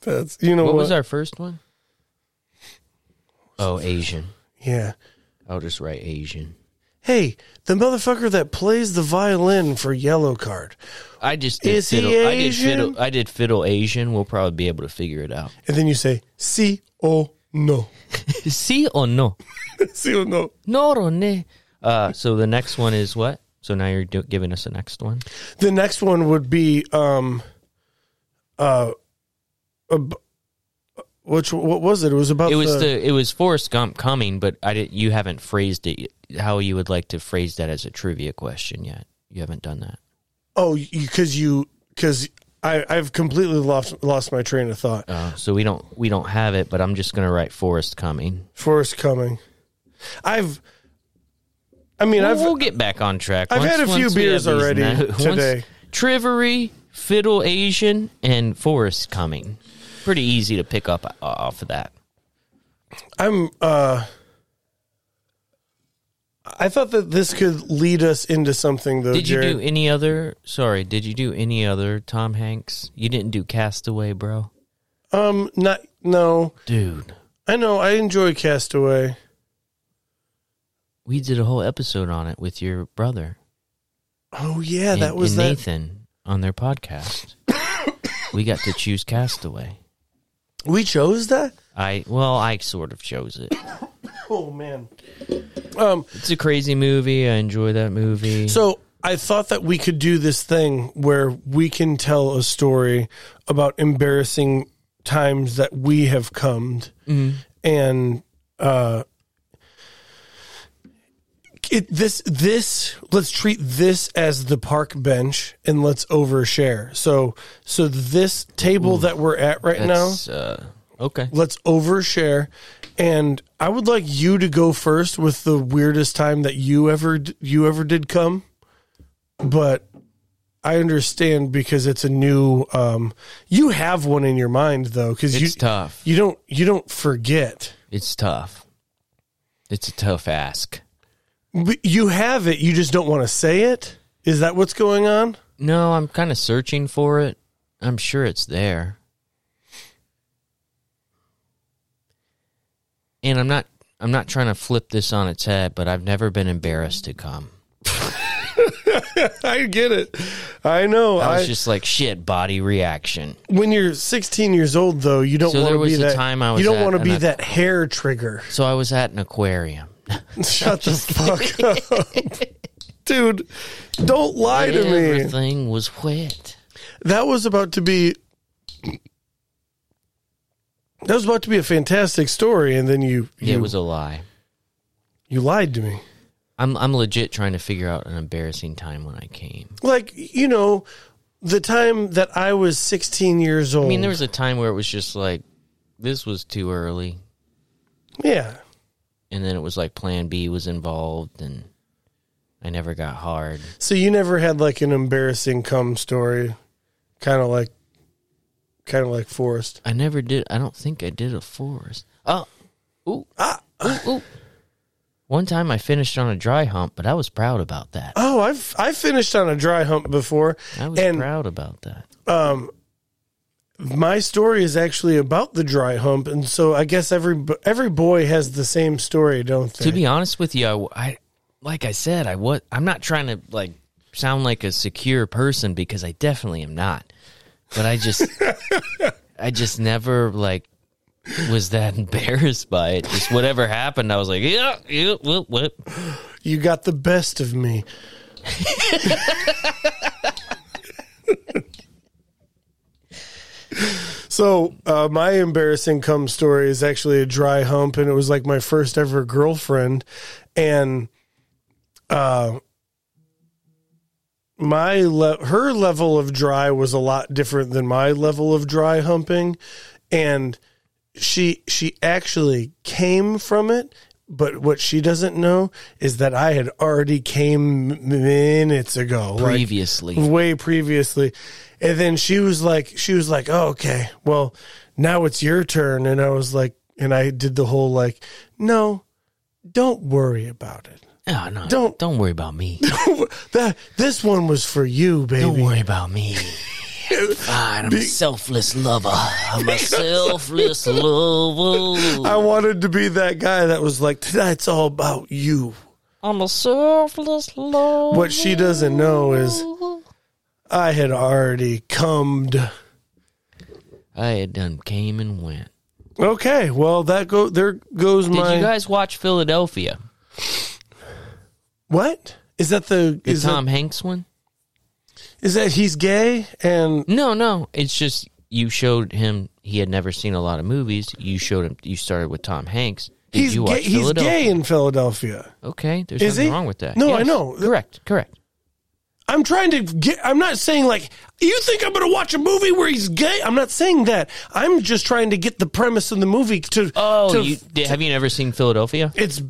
That's you know What what, was our first one? Oh, Asian. Yeah. I'll just write Asian. Hey, the motherfucker that plays the violin for Yellow Card, I just did Is he fiddle. I did Asian? fiddle. I did fiddle Asian. We'll probably be able to figure it out. and then you say "si o no, See or no? si o no." No or ne? Uh, so the next one is what? So now you're do- giving us the next one. The next one would be um, uh, ab- uh, which what was it? It was about It was the, the it was Forrest Gump coming, but I didn't. You haven't phrased it how you would like to phrase that as a trivia question yet. You haven't done that. Oh, because you because I I've completely lost lost my train of thought. so we don't we don't have it. But I'm just gonna write Forrest coming. Forrest coming. I've. I mean, I've we'll get back on track. I've had a few once we beers have these already no- once- today. Trivery, Fiddle Asian, and Forrest coming. Pretty easy to pick up uh, off of that. I'm uh. I thought that this could lead us into something though, Did you Jared. do any other? Sorry, did you do any other Tom Hanks? You didn't do Castaway, bro. um, not no. Dude, I know I enjoy Castaway. we did a whole episode on it with your brother. Oh yeah, and, that was and that. Nathan on their podcast. we got to choose Castaway. We chose that. I well, I sort of chose it. Oh man. Um. It's a crazy movie. I enjoy that movie. So I thought that we could do this thing where we can tell a story about embarrassing times that we have come and uh it this this let's treat this as the park bench and let's overshare. So so this table that we're at right now That's, uh, okay. let's overshare and i would like you to go first with the weirdest time that you ever you ever did come but i understand because it's a new um you have one in your mind though because you It's tough. you don't you don't forget It's tough. It's a tough ask. but you have it you just don't want to say it is that what's going on No, I'm kind of searching for it. I'm sure it's there. And I'm not I'm not trying to flip this on its head, but I've never been embarrassed to come. i get it i know I i, was just like shit body reaction. when you're 16 years old though you don't So want there to be was a that time I was you don't at want to be and I- that hair trigger So I was at an aquarium. Shut the fuck up. Dude, don't lie to me. Everything was wet. That was about to be That was about to be a fantastic story and then you you, It was a lie. you lied to me. I'm I'm legit trying to figure out an embarrassing time when I came. Like, you know, the time that I was 16 years old. I mean, there was a time where it was just like this was too early. Yeah. and then it was like plan b was involved and i never got hard So you never had like an embarrassing cum story kind of like kind of like Forrest. i never did i don't think i did a forest Ah. oh ooh ooh, ooh. one time i finished on a dry hump but i was proud about that Oh, I've I finished on a dry hump before. i was and proud about that my story is actually about the dry hump, and so I guess every every boy has the same story, don't they? to be honest with you I w- I, like i said i was i'm not trying to like sound like a secure person because i definitely am not but i just i just never like was that embarrassed by it just whatever happened i was like yeah yeah whoop, whoop. you got the best of me. so uh, my embarrassing cum story is actually a dry hump, and it was like my first ever girlfriend, and uh, my le- her level of dry was a lot different than my level of dry humping, and she she actually came from it but what she doesn't know is that i had already came m- minutes ago like, previously way previously and then she was like she was like oh okay well now it's your turn and i was like and i did the whole like no don't worry about it Oh, no, Don't- don't don't worry about me. that this one was for you baby Don't worry about me. Fine, I'm a selfless lover. I'm a selfless lover. i wanted to be that guy that was like tonight's all about you I'm a selfless lover. What she doesn't know is I had already cummed. I had done came and went. Okay, well that go there goes Did my you guys watch Philadelphia? what is that the The is Tom Hanks one? that, is that he's gay and No, no. It's just you showed him he had never seen a lot of movies. You showed him you started with Tom Hanks. Did he's you watch gay, he's Philadelphia? gay in Philadelphia. Okay, there's Is nothing he? wrong with that. No, I know. Correct, correct. I'm trying to get. I'm not saying like you think I'm going to watch a movie where he's gay. I'm not saying that. I'm just trying to get the premise of the movie to. Oh, to- you, have you never seen Philadelphia? it's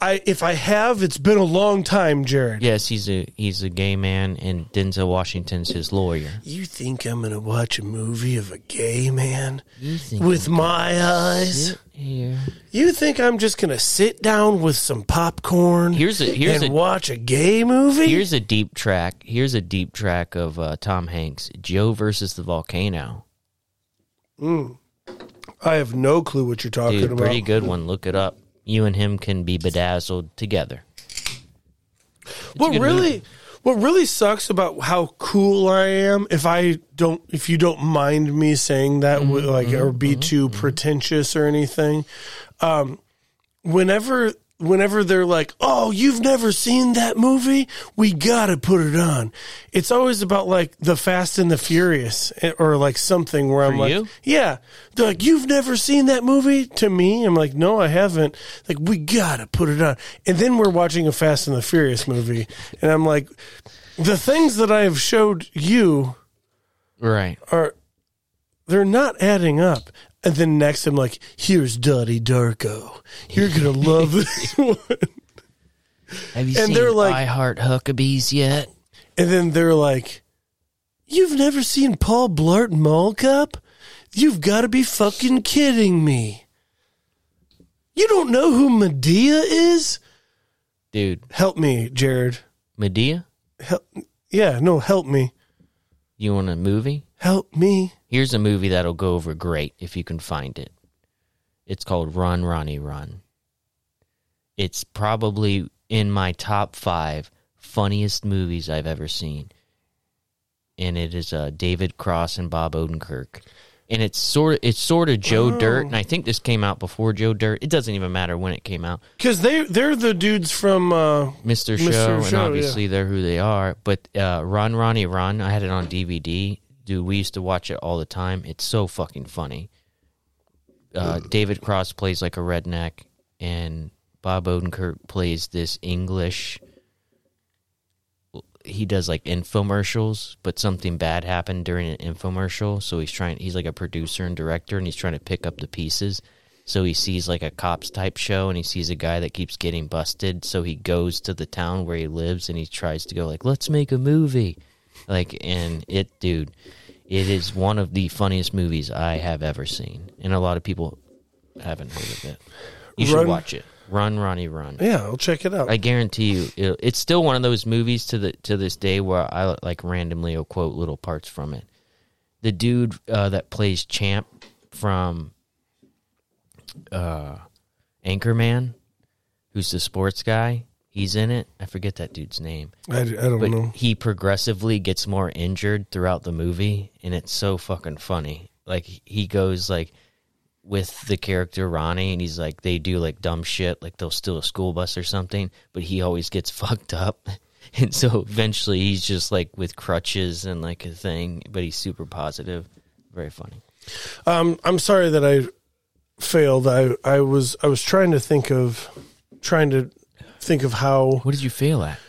I if I have, it's been a long time, Jared. Yes, he's a he's a gay man, and Denzel Washington's his lawyer. You think I'm going to watch a movie of a gay man You think with my eyes? Here, You think I'm just gonna sit down with some popcorn Here's a- here's and a- watch a gay movie? here's a deep track. Here's a deep track of uh, Tom Hanks, Joe versus the volcano. I have no clue what you're talking Dude, about. pretty good one. Look it up. You and him can be bedazzled together. what good really movie. what really sucks about how cool I am if I don't if you don't mind me saying that Mm-hmm, wi- like or be too pretentious or anything. Um whenever whenever they're like, "Oh, you've never seen that movie? We gotta put it on." It's always about like the Fast and the Furious eh, or like something where I'm For like, you? "Yeah," they're like, "You've never seen that movie?" To me, I'm like, "No, I haven't." Like, we gotta put it on, and then we're watching a Fast and the Furious movie, and I'm like, the things that I have showed you Right. are they're not adding up. And then next, I'm like, here's Dottie Darko. You're gonna love this one. Have you And seen they're like- I Heart Huckabees yet? And then they're like, You've never seen Paul Blart Mall Cop? You've got to be fucking kidding me. You don't know who Medea is? Dude, Help me, Jared. Medea, Help. Yeah, no, help me. you want a movie? Help me. Here's a movie that'll go over great if you can find it. It's called Run Ronnie Run. It's probably in my top five funniest movies I've ever seen. And it is uh, David Cross and Bob Odenkirk. And it's sort of, it's sort of Joe Dirt, and I think this came out before Joe Dirt. It doesn't even matter when it came out. Because they, they're the dudes from. Uh, Mr. Mr. Show, and Show, yeah. obviously they're who they are. But uh, Run Ronnie Run, I had it on DVD. Dude, we used to watch it all the time. It's so fucking funny. Uh, Mm. David Cross plays like a redneck, and Bob Odenkirk plays this English. He does like infomercials, but something bad happened during an infomercial. So he's trying, he's like a producer and director, and he's trying to pick up the pieces. So he sees like a cops type show and he sees a guy that keeps getting busted. So he goes to the town where he lives and he tries to go like, let's make a movie. Like, and it, dude, it is one of the funniest movies I have ever seen. And a lot of people haven't heard of it. You should Run- watch it. Run, Ronnie, run. yeah, I'll check it out. I guarantee you, it, it's still one of those movies to the to this day where I like randomly will quote little parts from it. The dude uh, that plays Champ from uh, Anchorman, who's the sports guy, he's in it. I forget that dude's name, I, I don't but know. he progressively gets more injured throughout the movie, and it's so fucking funny. Like he goes like with the character Ronnie, and he's like, they do like dumb shit, like they'll steal a school bus or something, but he always gets fucked up. And so eventually he's just like with crutches and like a thing, but he's super positive. Very funny. Um, I'm sorry that I failed. I I was I was trying to think of trying to think of how What did you fail at?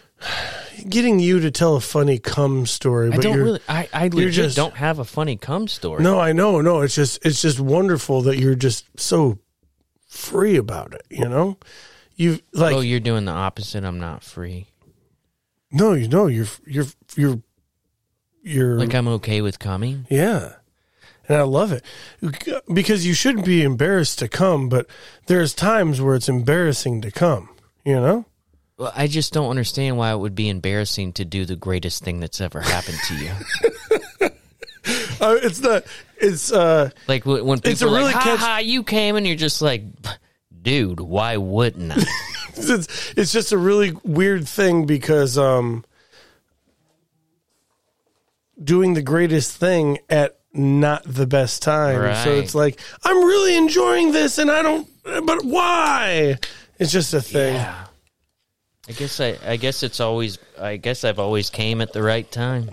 getting you to tell a funny cum story. I But don't you're, really, I, I legit just- don't have a funny cum story. No, I know. No, it's just it's just wonderful that you're just so free about it. You know, you like oh, you're doing the opposite. I'm not free. no, you know, you're you're you're you're Like I'm okay with coming. Yeah. And I love it because you shouldn't be embarrassed to come, but there's times where it's embarrassing to come, you know? Well, I just don't understand why it would be embarrassing to do the greatest thing that's ever happened to you. Uh, it's not, it's, uh, Like wh- when people It's a are really like, "Ha catch- ha, you came," and you're just like, "Dude, why wouldn't I?" it's, it's just a really weird thing because, um, doing the greatest thing at not the best time. So Right. it's like, I'm really enjoying this and I don't, but why? It's just a thing. I guess I, I guess it's always. I guess I've always came at the right time.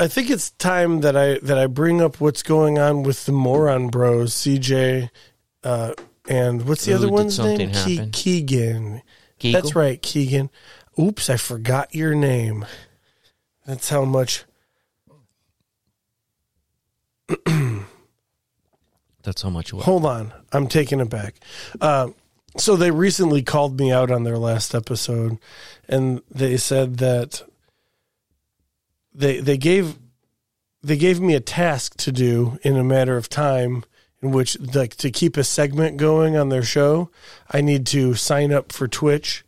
I think it's time that I that I bring up what's going on with the moron bros, CJ, uh, and what's the Ooh, other did one's something name? Ke- happen? Keegan. Kegel? That's right, Keegan. Oops, I forgot your name. That's how much. That's how much. What? Hold on, I'm taking it back. Uh, so they recently called me out on their last episode, and they said that they they gave they gave me a task to do in a matter of time in which like to keep a segment going on their show i need to sign up for twitch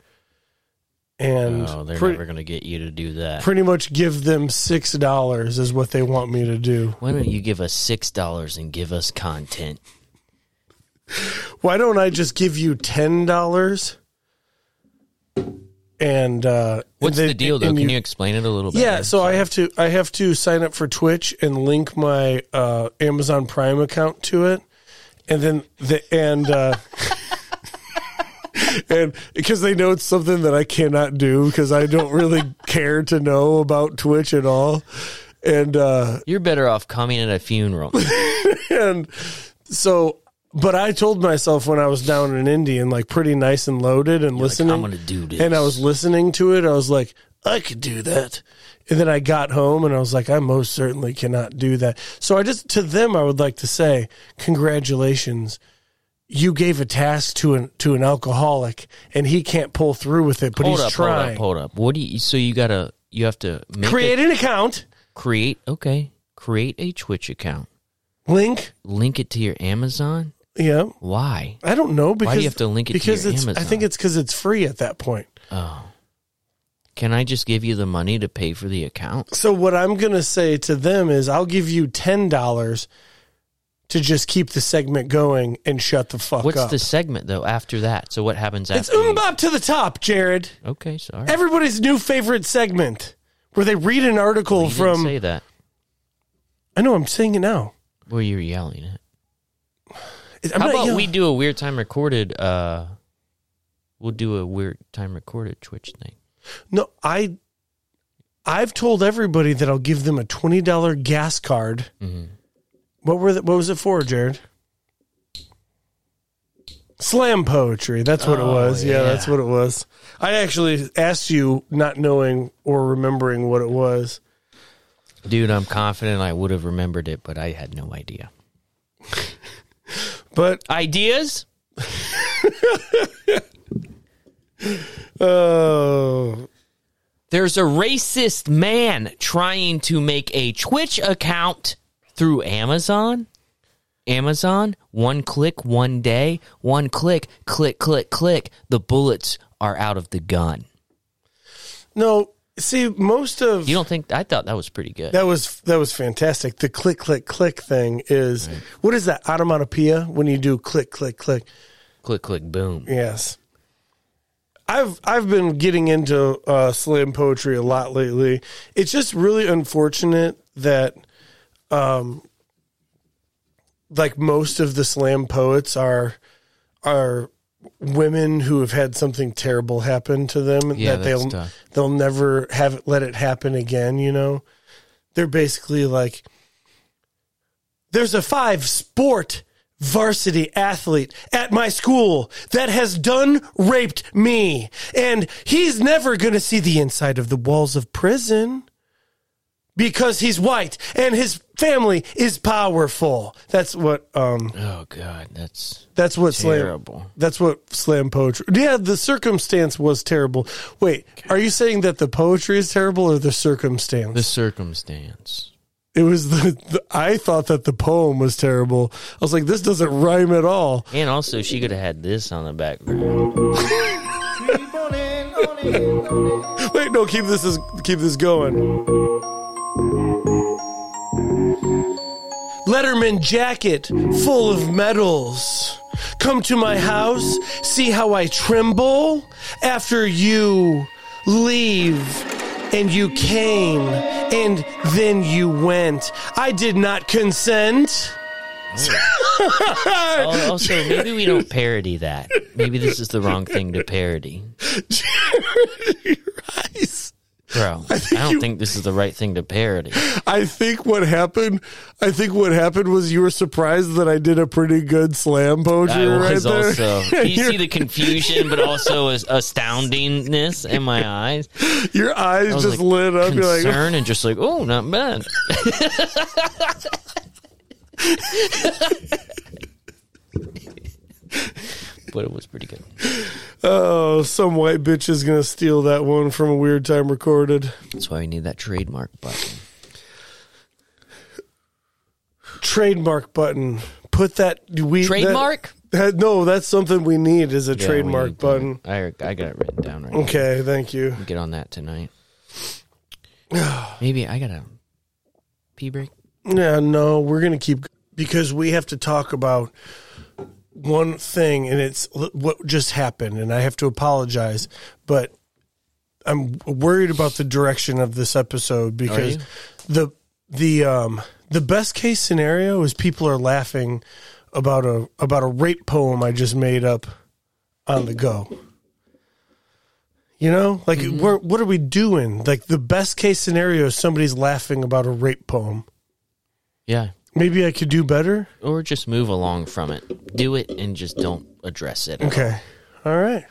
and Oh, they're pre- never gonna get you to do that. pretty much give them six dollars is what they want me to do Why don't you give us six dollars and give us content? why don't i just give you ten dollars and uh What's they- the deal, though? and Can you explain it a little bit? Yeah, so I have to I have to sign up for Twitch and link my uh, Amazon Prime account to it, and then the and uh, and because they know it's something that I cannot do because I don't really care to know about Twitch at all. And uh, You're better off coming at a funeral. and so but I told myself when I was down in Indy and like pretty nice and loaded and listening. "I'm gonna do this." And I was listening to it. I was like, I could do that. And then I got home and I was like, I most certainly cannot do that. So I just to them I would like to say, congratulations. You gave a task to an to an alcoholic and he can't pull through with it, but hold he's up, trying. hold up, hold up. What do you? So you gotta, you have to make Create it, an account. create. Okay, create a Twitch account. Link. Link it to your Amazon. Yeah. Why? I don't know because you have to link it to because your it's I Amazon? think it's because it's free at that point. Oh, can I just give you the money to pay for the account? So what I'm going to say to them is I'll give you $10 to just keep the segment going and shut the fuck What's up. the segment though after that? So what happens It's after? you- Umbop to the top, Jared. Okay, sorry. Everybody's new favorite segment where they read an article You didn't from say that. I know I'm saying it now. Well, you're yelling it. It- I'm How not about yelling. we do a weird time recorded? uh We'll do a weird time recorded Twitch thing. No, I I've told everybody that I'll give them a $20 gas card. Mm-hmm. What were the, what was it for, Jared? Slam poetry. That's what it Oh, was. Yeah, yeah. that's what it was. I actually asked you not knowing or remembering what it was. Dude, I'm confident I would have remembered it, but I had no idea. But Ideas? oh, There's a racist man trying to make a Twitch account through Amazon. Amazon, one click, one day, one click, click, click, click. The bullets are out of the gun. no, see most of You don't think? I thought that was pretty good. that was that was fantastic. The click click click thing is what is that onomatopoeia when you do click click click? click, click, boom. Yes. I've I've been getting into uh, slam poetry a lot lately. It's just really unfortunate that, um, like most of the slam poets are are women who have had something terrible happen to them Yeah, that that's they'll tough. they'll never have it, let it happen again. You know, they're basically like there's a five sport varsity athlete at my school that has done raped me and he's never going to see the inside of the walls of prison because he's white and his family is powerful that's what um Oh, God, that's that's what slam terrible. that's what slam poetry yeah the circumstance was terrible wait are you saying that the poetry is terrible or the circumstance The circumstance. it was the, the I thought that the poem was terrible. I was like, this doesn't rhyme at all. And also, she could have had this on the background. Wait, no, keep this as, keep this going. Letterman jacket full of medals. Come to my house, see how I tremble after you leave. And you came, and then you went. I did not consent. Al- Also, maybe we don't parody that. Maybe this is the wrong thing to parody. Bro, I, don't you- think this is the right thing to parody. I think what happened. I think what happened was you were surprised that I did a pretty good slam poetry I right was there. also. Do you your, see the confusion, but also as astoundingness in my eyes? your eyes I was just like, lit up. Concern You're like, and just like, oh, not bad. but it was pretty good. oh, some white bitch is gonna steal that one from a weird time recorded. That's why we need that trademark button. Trademark button. Put that we that- Trademark? that- no, that's something we need is a Yeah, we trademark need that. button. I I got it written down right. now. Okay, thank you. get on that tonight. Maybe I got a pee break. Yeah, no, we're gonna keep because we have to talk about one thing, and it's l- what just happened, and I have to apologize, but I'm worried about the direction of this episode because you? the the um the best case scenario is people are laughing about a about a rape poem I just made up on the go. You know, like we're, what are we doing? Like the best case scenario is somebody's laughing about a rape poem. Yeah. Maybe I could do better. Or just move along from it. Do it and just don't address it. Okay. All right.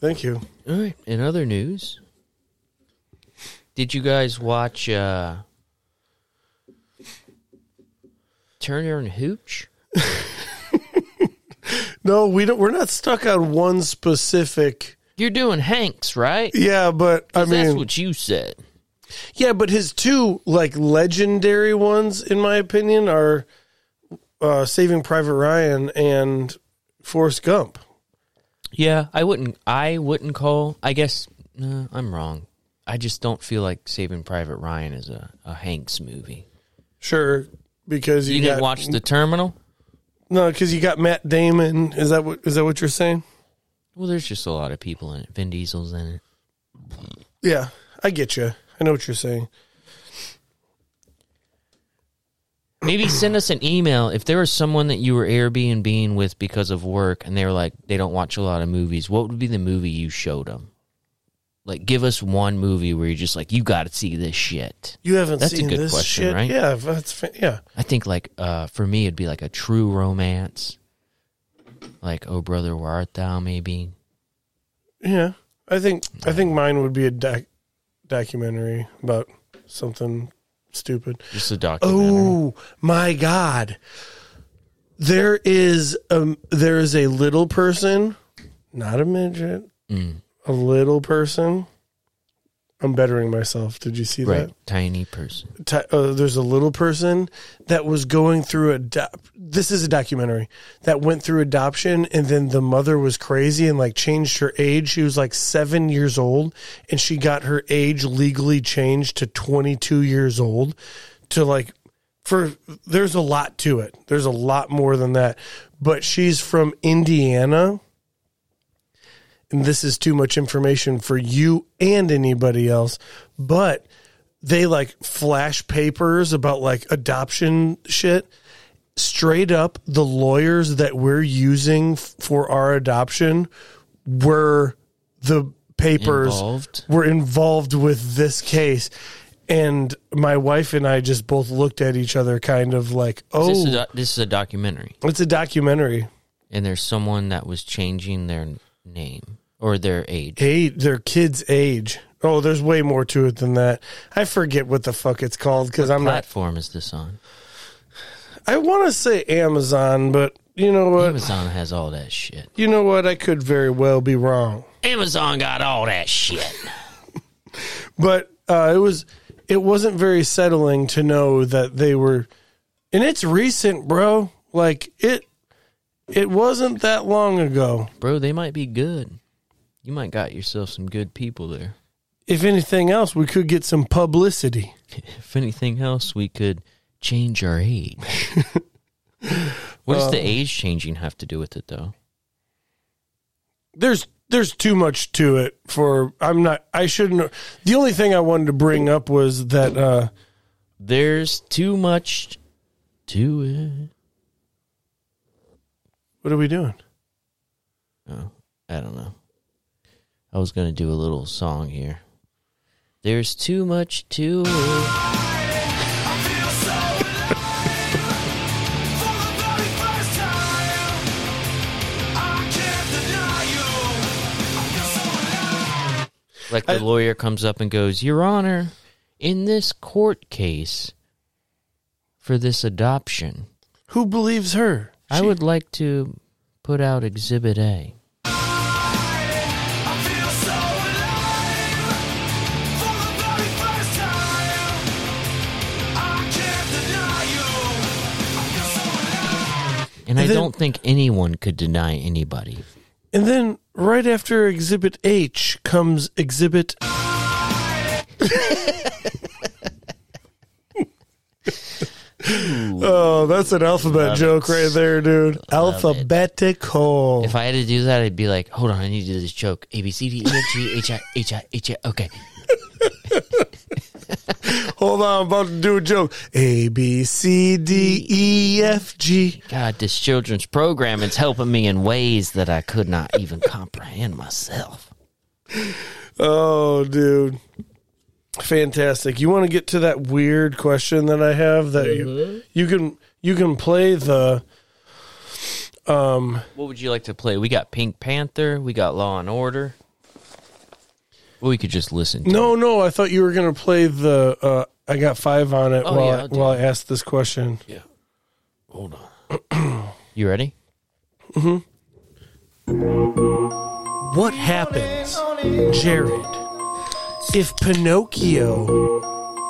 Thank you. All right. In other news, did you guys watch uh, Turner and Hooch? No, we don't. We're not stuck on one specific. You're doing Hanks, right? Yeah, but I 'Cause that's mean, what you said. yeah, but his two like legendary ones, in my opinion, are uh, Saving Private Ryan and Forrest Gump. Yeah, I wouldn't. I wouldn't call. I guess no, I'm wrong. I just don't feel like Saving Private Ryan is a, a Hanks movie. Sure, because you, You, didn't got, watch The Terminal? no, because you got Matt Damon. Is that what is that what you're saying? Well, there's just a lot of people in it. Vin Diesel's in it. Yeah, I get you. I know what you're saying. Maybe send us an email if there was someone that you were Airbnb with because of work, and they were like they don't watch a lot of movies. What would be the movie you showed them? Like, give us one movie where you're just like, you got to see this shit. You haven't That's a seen good this question, shit. right? Yeah, that's fa- yeah. I think like uh, for me it'd be like a true romance, like Oh Brother Where Art Thou maybe. Yeah, I think I think mine would be a doc- documentary about something stupid. Just a documentary. Oh my god, there is um there is a little person, not a midget, a little person. I'm bettering myself. Did you see right, that? tiny person. ti- uh, there's a little person that was going through a do- this is a documentary that went through adoption and then the mother was crazy and like changed her age she was like 7 years old and she got her age legally changed to 22 years old to like for there's a lot to it there's a lot more than that but she's from Indiana and this is too much information for you and anybody else but they like flash papers about like adoption shit. Straight up, the lawyers that we're using f- for our adoption were the papers Involved? were involved with this case. And my wife and I just both looked at each other, kind of like, This "Oh, is a, this is a documentary, it's a documentary." and there's someone that was changing their name or their age. Age, their kid's age. Oh, there's way more to it than that. I forget what the fuck it's called because I'm not. Platform is this on? I want to say Amazon, but you know what? Amazon has all that shit. you know what? I could very well be wrong, Amazon got all that shit. but uh, it was it wasn't very settling to know that they were, and it's recent, bro. Like it, it wasn't that long ago. Bro, they might be good. You might got yourself some good people there. If anything else, we could get some publicity. If anything else, we could change our age. what does the age changing have to do with it, though? There's there's too much to it for I'm not I shouldn't. The only thing I wanted to bring up was that uh, There's too much to it. what are we doing? Oh, I don't know. I was going to do a little song here. There's too much to it. Like the lawyer comes up and goes, Your Honor, in this court case for this adoption, Who believes her? I would like to put out Exhibit A. And I And then- don't think anyone could deny anybody. And then right after Exhibit H comes Exhibit Oh, that's an alphabet joke right there, dude. Alphabetical. If I had to do that, I'd be like, hold on, I need to do this joke. A, B, C, D, E, F, G, H, I, H, I, H, I, okay. Hold on, I'm about to do a joke. A B C D E F G. God, this children's program is helping me in ways that I could not even comprehend myself. Oh, dude. Fantastic. You want to get to that weird question that I have that Mm-hmm. you you can you can play the What would you like to play? We got Pink Panther, we got Law and Order. Well, we could just listen. To No, no, I thought you were going to play the uh I got 5 on it Oh, while yeah, I, I'll do while I asked this question. Hold on. you ready? What happens, Jared, if Pinocchio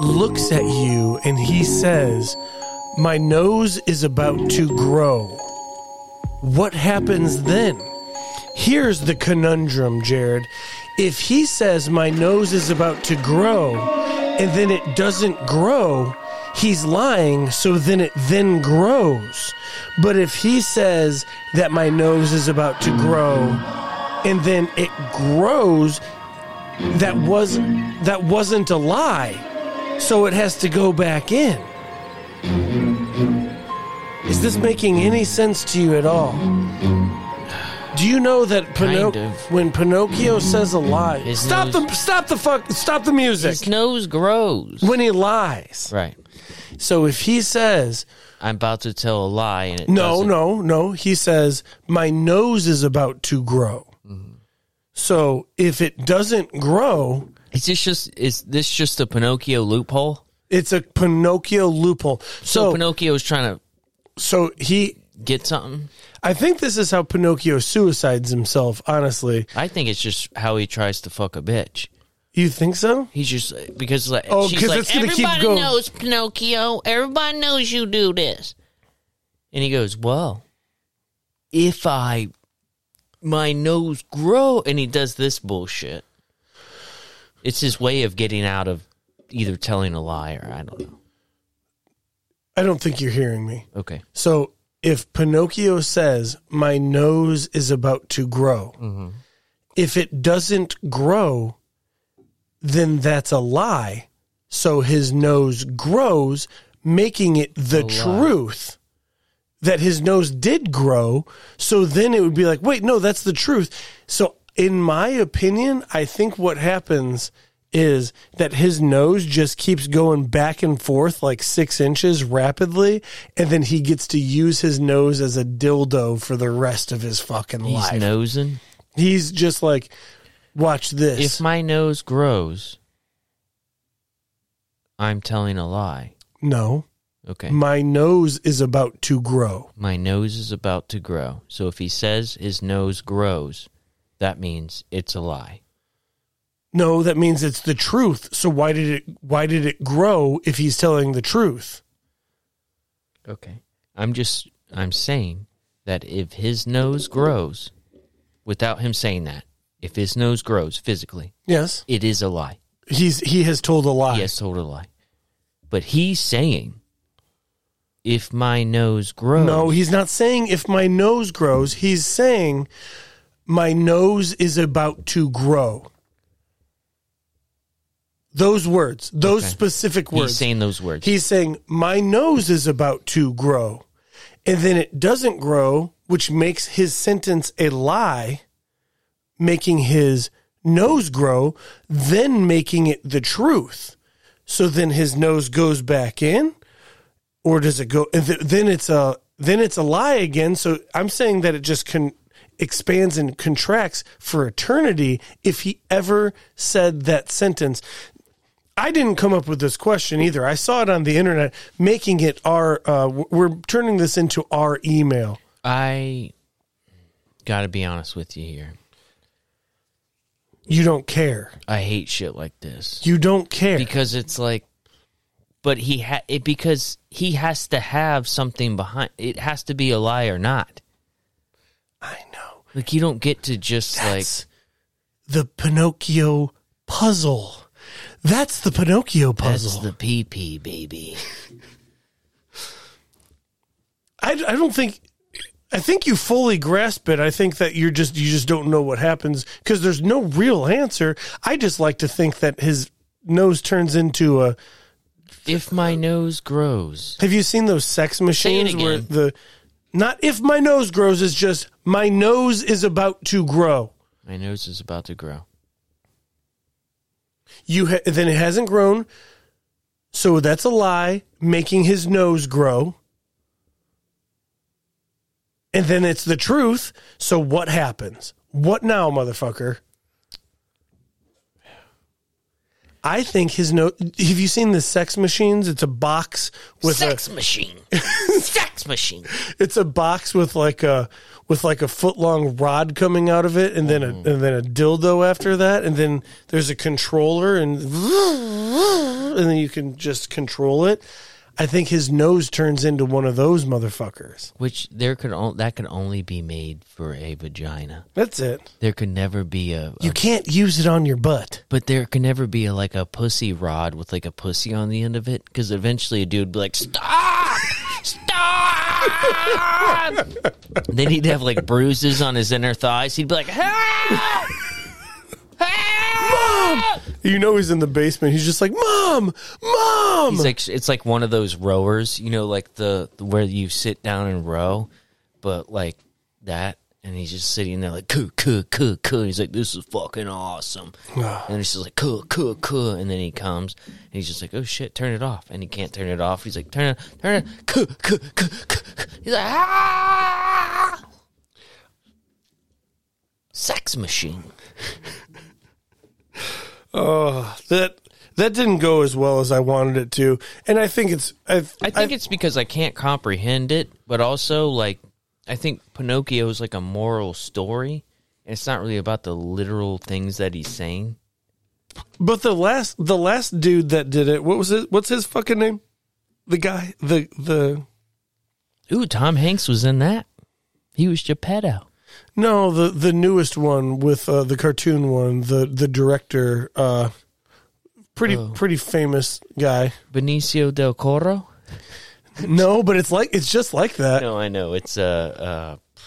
looks at you and he says, My nose is about to grow? What happens then? Here's the conundrum, Jared. If he says, My nose is about to grow, and then it doesn't grow, he's lying, so then it then grows. But if he says that my nose is about to grow, and then it grows that was that wasn't a lie so it has to go back in is this making any sense to you at all do you know that Pinoc- Kind of. when pinocchio says a lie His stop nose- the stop the fuck stop the music His nose grows. when he lies Right. so if he says I'm about to tell a lie, and it No, doesn't- no, no. He says, My nose is about to grow. Mm-hmm. So if it doesn't grow, Is this just is this just a Pinocchio loophole? it's a Pinocchio loophole. So So, Pinocchio's trying to so he, get something. I think this is how Pinocchio suicides himself, honestly. I think it's just how he tries to fuck a bitch. You think so? He's just because like Oh, she's 'cause like it's gonna keep everybody going." knows Pinocchio. Everybody knows you do this. And he goes, "Well, if I my nose grow," and he does this bullshit. It's his way of getting out of either telling a lie or I don't know. I don't think you're hearing me. Okay, So if Pinocchio says, My nose is about to grow, if it doesn't grow, then that's a lie. So his nose grows, making it the truth that his nose did grow. So then it would be like, Wait, no, that's the truth. So, in my opinion, I think what happens is that his nose just keeps going back and forth like six inches rapidly, and then he gets to use his nose as a dildo for the rest of his fucking he's life. nosing. He's just like, watch this. If my nose grows, I'm telling a lie. no, Okay. my nose is about to grow. my nose is about to grow. So if he says his nose grows, that means it's a lie. No, that means it's the truth. So why did it? Why did it grow if he's telling the truth? Okay. I'm just I'm saying that if his nose grows without him saying that, if his nose grows physically, Yes, it is a lie. he's he has told a lie. He has told a lie. But he's saying if my nose grows No, he's not saying if my nose grows. He's saying my nose is about to grow. Those words, those Okay. specific he's words. saying those words. He's saying, My nose is about to grow. And then it doesn't grow, which makes his sentence a lie, making his nose grow, then making it the truth. So then his nose goes back in, or does it go? And th- then it's a then it's a lie again. So I'm saying that it just can expands and contracts for eternity if he ever said that sentence I didn't come up with this question either. I saw it on the internet, making it our. Uh, w- we're turning this into our email. I got to be honest with you here. You don't care. I hate shit like this You don't care. because it's like, but he ha- it, because he has to have something behind. It has to be a lie or not. I know. Like you don't get to just That's the Pinocchio puzzle. That's the Pinocchio like that's puzzle. the PP baby. I, I don't think. I think you fully grasp it. I think that you're just you just don't know what happens because there's no real answer. I just like to think that his nose turns into a. If my nose grows. Have you seen those sex machines where again. the not if my nose grows is just my nose is about to grow. My nose is about to grow. You ha- then it hasn't grown, so that's a lie. Making his nose grow, and then it's the truth. So what happens? What now, motherfucker? I think his nose. Have you seen the sex machines? It's a box with a Sex machine. Sex machine. it's a box with like a with like a foot long rod coming out of it and then a and then a dildo after that and then there's a controller and and then you can just control it i think his nose turns into one of those motherfuckers Which there could on, that could only be made for a vagina. that's it There could never be a, a you can't use it on your butt but there could never be a, like a pussy rod with like a pussy on the end of it because eventually a dude would be like stop stop then he'd have like bruises on his inner thighs he'd be like "Ah!" help help you know he's in the basement he's just like mom mom He's like, it's like one of those rowers, you know, like the where you sit down and row, but like that. And he's just sitting there like coo coo coo coo. And he's like, this is fucking awesome. and he's just like coo coo coo. And then he comes and he's just like, oh shit, turn it off. And he can't turn it off. He's like, turn it, turn it, coo coo coo coo. coo." He's like, ah, sex machine. oh that that didn't go as well as i wanted it to and i think it's i, I think it's because I can't comprehend it, but also like I think Pinocchio is like a moral story, and it's not really about the literal things that he's saying. But the last the last dude that did it, what was it? What's his fucking name? The guy, the the Ooh, Tom Hanks was in that. He was Geppetto. no, the the newest one with uh, the cartoon one, the the director, uh, pretty pretty famous guy. Benicio del Toro. No, but it's like it's just like that. No, I know it's a uh,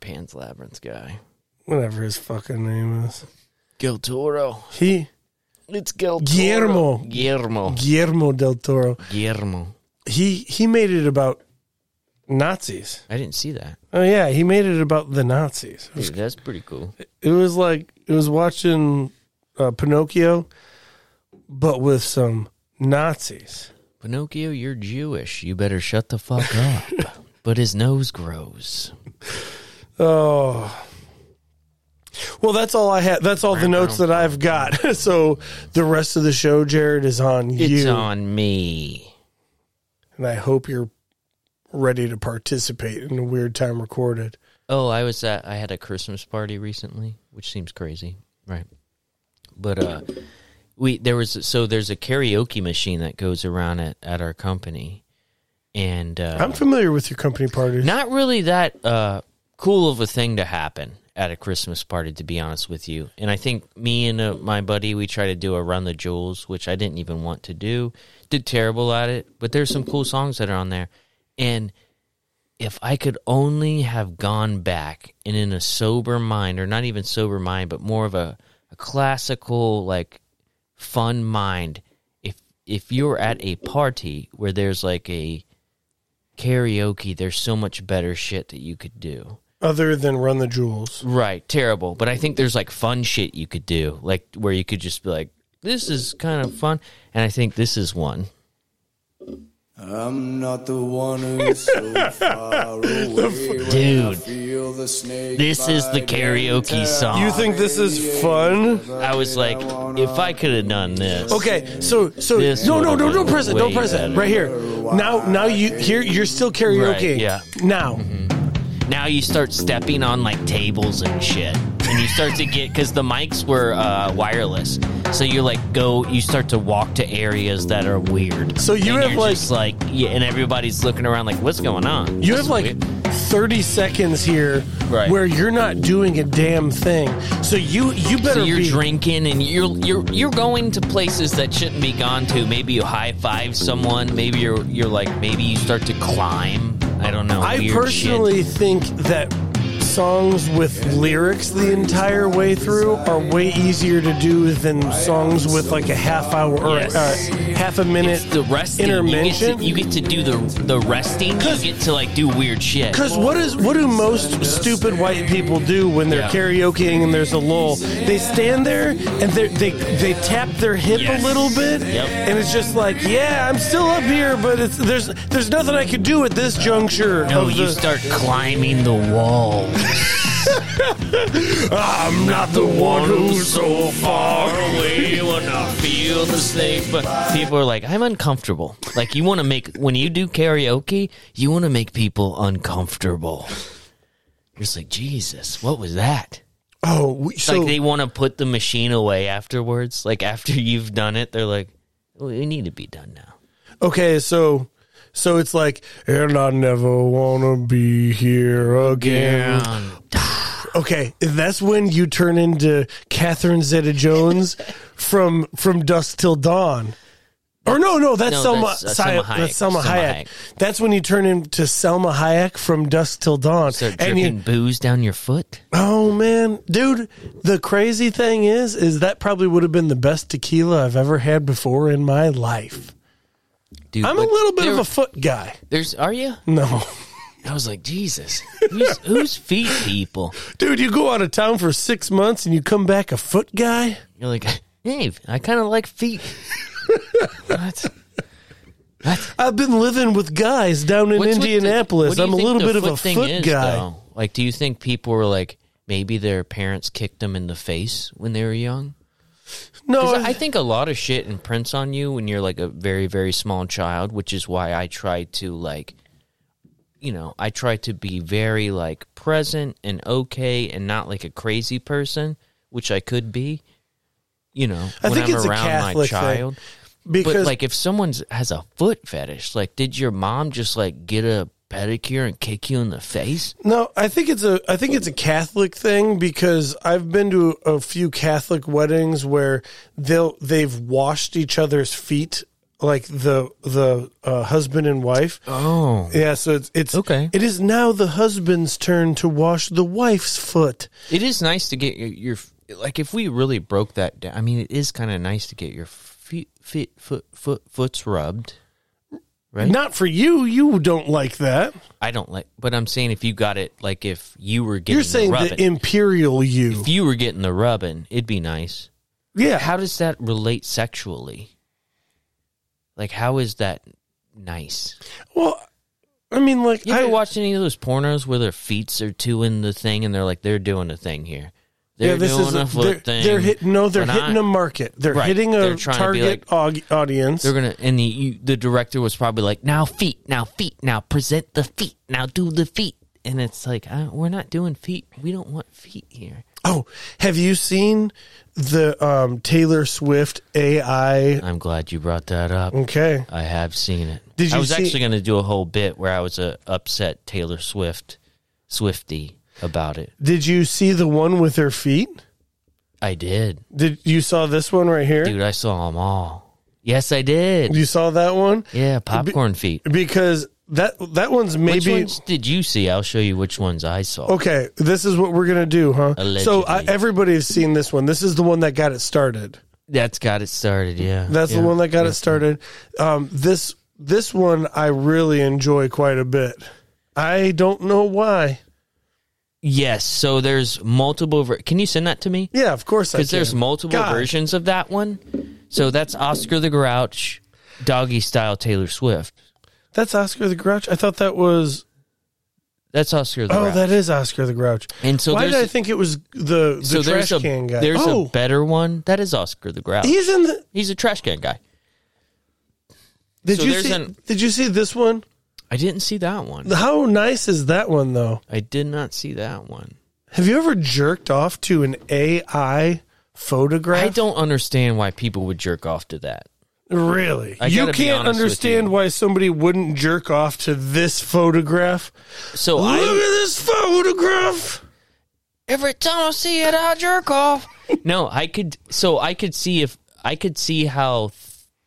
Pan's Labyrinth guy. Whatever his fucking name is, Gil Toro. he It's Gil Toro. Guillermo. Guillermo. Guillermo del Toro. Guillermo. He he made it about Nazis. I didn't see that. Oh yeah, he made it about the Nazis. Dude, that's pretty cool. it was like it was watching uh, Pinocchio, but with some Nazis. Pinocchio, you're Jewish. You better shut the fuck up. but his nose grows. Oh. Well, that's all I had. That's all the notes that I've got. so the rest of the show, Jared, is on It's you, on me. and I hope you're ready to participate in a weird time recorded. Oh, I was at I had a Christmas party recently, which seems crazy, right? But uh we there was so there's a karaoke machine that goes around at at our company. And uh I'm familiar with your company parties. not really that uh, cool of a thing to happen at a Christmas party, to be honest with you. And I think me and uh, my buddy, we try to do a Run the Jewels, which I didn't even want to do. Did terrible at it, but there's some cool songs that are on there. And if I could only have gone back and in a sober mind, or not even sober mind, but more of a, a classical, like fun mind, if if you're at a party where there's like a karaoke, there's so much better shit that you could do. Other than Run the Jewels. Right, terrible. But I think there's like fun shit you could do, like where you could just be like, this is kind of fun. And I think this is one. I'm not the one who's so far away. when I Dude, feel the snake this is the karaoke song. You think this is fun? I was like, if I could have done this. Okay, so so This no no no would've no been present no way present better. right here. Now now you here you're still karaoke. Right, yeah. Mm-hmm. Now Now you start stepping on like tables and shit. And you start to get, because the mics were uh, wireless. So you like go, you start to walk to areas that are weird. So you and have, you're like- just like, yeah, and everybody's looking around like, what's going on? you This have is like weird. 30 seconds here Right. where you're not doing a damn thing. So you you better So you're be drinking and you're you're you're going to places that shouldn't be gone to. Maybe you high five someone. Maybe you're you're like maybe you start to climb. I don't know. I weird personally think that songs with lyrics the entire way through are way easier to do than songs with like a half hour or Yes. uh, half a minute It's the resting. You get to- intermission. You get, to, do the the resting. You get to like do weird shit. Because what is what do most stupid white people do when they're Yeah. karaokeing and there's a lull? They stand there and they're- they they tap their hip Yes. a little bit, Yep. and it's just like, yeah, I'm still up here, but it's there's there's nothing I could do at this juncture. No, of you the- start climbing the wall. I'm not the one who's so far away when I feel the snake. But People are like, I'm uncomfortable. Like, you want to make, when you do karaoke, you want to make people uncomfortable. You're just like, Jesus, what was that? oh, we- It's so like they want to put the machine away afterwards. Like, after you've done it, they're like, we need to be done now. okay, so. So it's like, and I never wanna be here again. Um, Okay, that's when you turn into Catherine Zeta-Jones from from dusk till dawn. Or no, no, that's No, Selma. that's, uh, Si- Selma Hayek. that's Selma, Selma Hayek. Hayek. That's when you turn into Selma Hayek from dusk till dawn. Start and dripping you, booze down your foot. oh man, dude, the crazy thing is, is that probably would have been the best tequila I've ever had before in my life. Dude, I'm a but little bit of there- a foot guy. There's, are you? No, I was like, Jesus, who's, who's feet people? dude, you go out of town for six months and you come back a foot guy. You're like, hey, I kind of like feet. what? I've been living with guys down in What's with the- Indianapolis. what do you I'm a think little the bit of a thing foot is, guy. though? Like, do you think people were like, maybe their parents kicked them in the face when they were young? No, 'Cause Oh, I think a lot of shit imprints on you when you're like a very, very small child, which is why I try to like, you know, I try to be very like present and okay and not like a crazy person, which I could be. You know, I when think I'm it's a around my Catholic thing, child. because but like, if someone has a foot fetish, like, did your mom just like get a pedicure and kick you in the face? no, I think it's a I think it's a Catholic thing because I've been to a few Catholic weddings where they'll they've washed each other's feet like the the uh, husband and wife. Oh, Yeah, so it's, it's Okay. It is now the husband's turn to wash the wife's foot. it is nice to get your, your like. If we really broke that down, I mean, it is kind of nice to get your feet, feet, foot, foot, foots rubbed. Right. Not for you. You don't like that. I don't like, but I'm saying if you got it, like if you were getting You're saying the the, rubbing, imperial you. if you were getting the rubbing, it'd be nice. yeah. How does that relate sexually? Like, how is that nice? Well, I mean, like You I ever watch any of those pornos where their feet are two in the thing and they're like they're doing a thing here? They're doing a, foot they're, thing. They're hit, no, they're When hitting I- a market. They're Right. hitting a They're trying to be target aug- audience. They're gonna and the you, the director was probably like, now feet, now feet, now present the feet, now do the feet, and it's like I, we're not doing feet. We don't want feet here. oh, have you seen the um, Taylor Swift AI? I'm glad you brought that up. Okay, I have seen it. Did I you was see- actually gonna do a whole bit where I was a upset Taylor Swift Swifty about it. did you see the one with her feet? I did, Did you saw this one right here? dude. I saw them all. Yes, I did. You saw that one Yeah, popcorn feet. because that that one's Which maybe ones did you see? I'll show you which ones I saw. okay. This is what we're gonna do, huh? So I, Allegedly. everybody's seen this one. This is the one that got it started. That's got it started. Yeah, That's Yeah. the one that got it started. Um, this this one I really enjoy quite a bit. I don't know why. Yes. So there's multiple. Ver- Can you send that to me? Yeah, of course. I Because there's can. multiple God. versions of that one. So that's Oscar the Grouch, doggy style Taylor Swift. That's Oscar the Grouch. I thought that was. That's Oscar the Oh, Grouch. that is Oscar the Grouch. And so why did there's- I think it was the the so trash there's a can guy? there's oh, a better one. That is Oscar the Grouch. he's in the. He's a trash can guy. Did So you there's see? an- did you see this one? I didn't see that one. How nice is that one though? I did not see that one. Have you ever jerked off to an AI photograph? I don't understand why people would jerk off to that. Really? I you gotta be can't honest with understand you. why somebody wouldn't jerk off to this photograph. So Look at I this photograph. every time I see it, I jerk off. no, I could. So I could see if I could see how,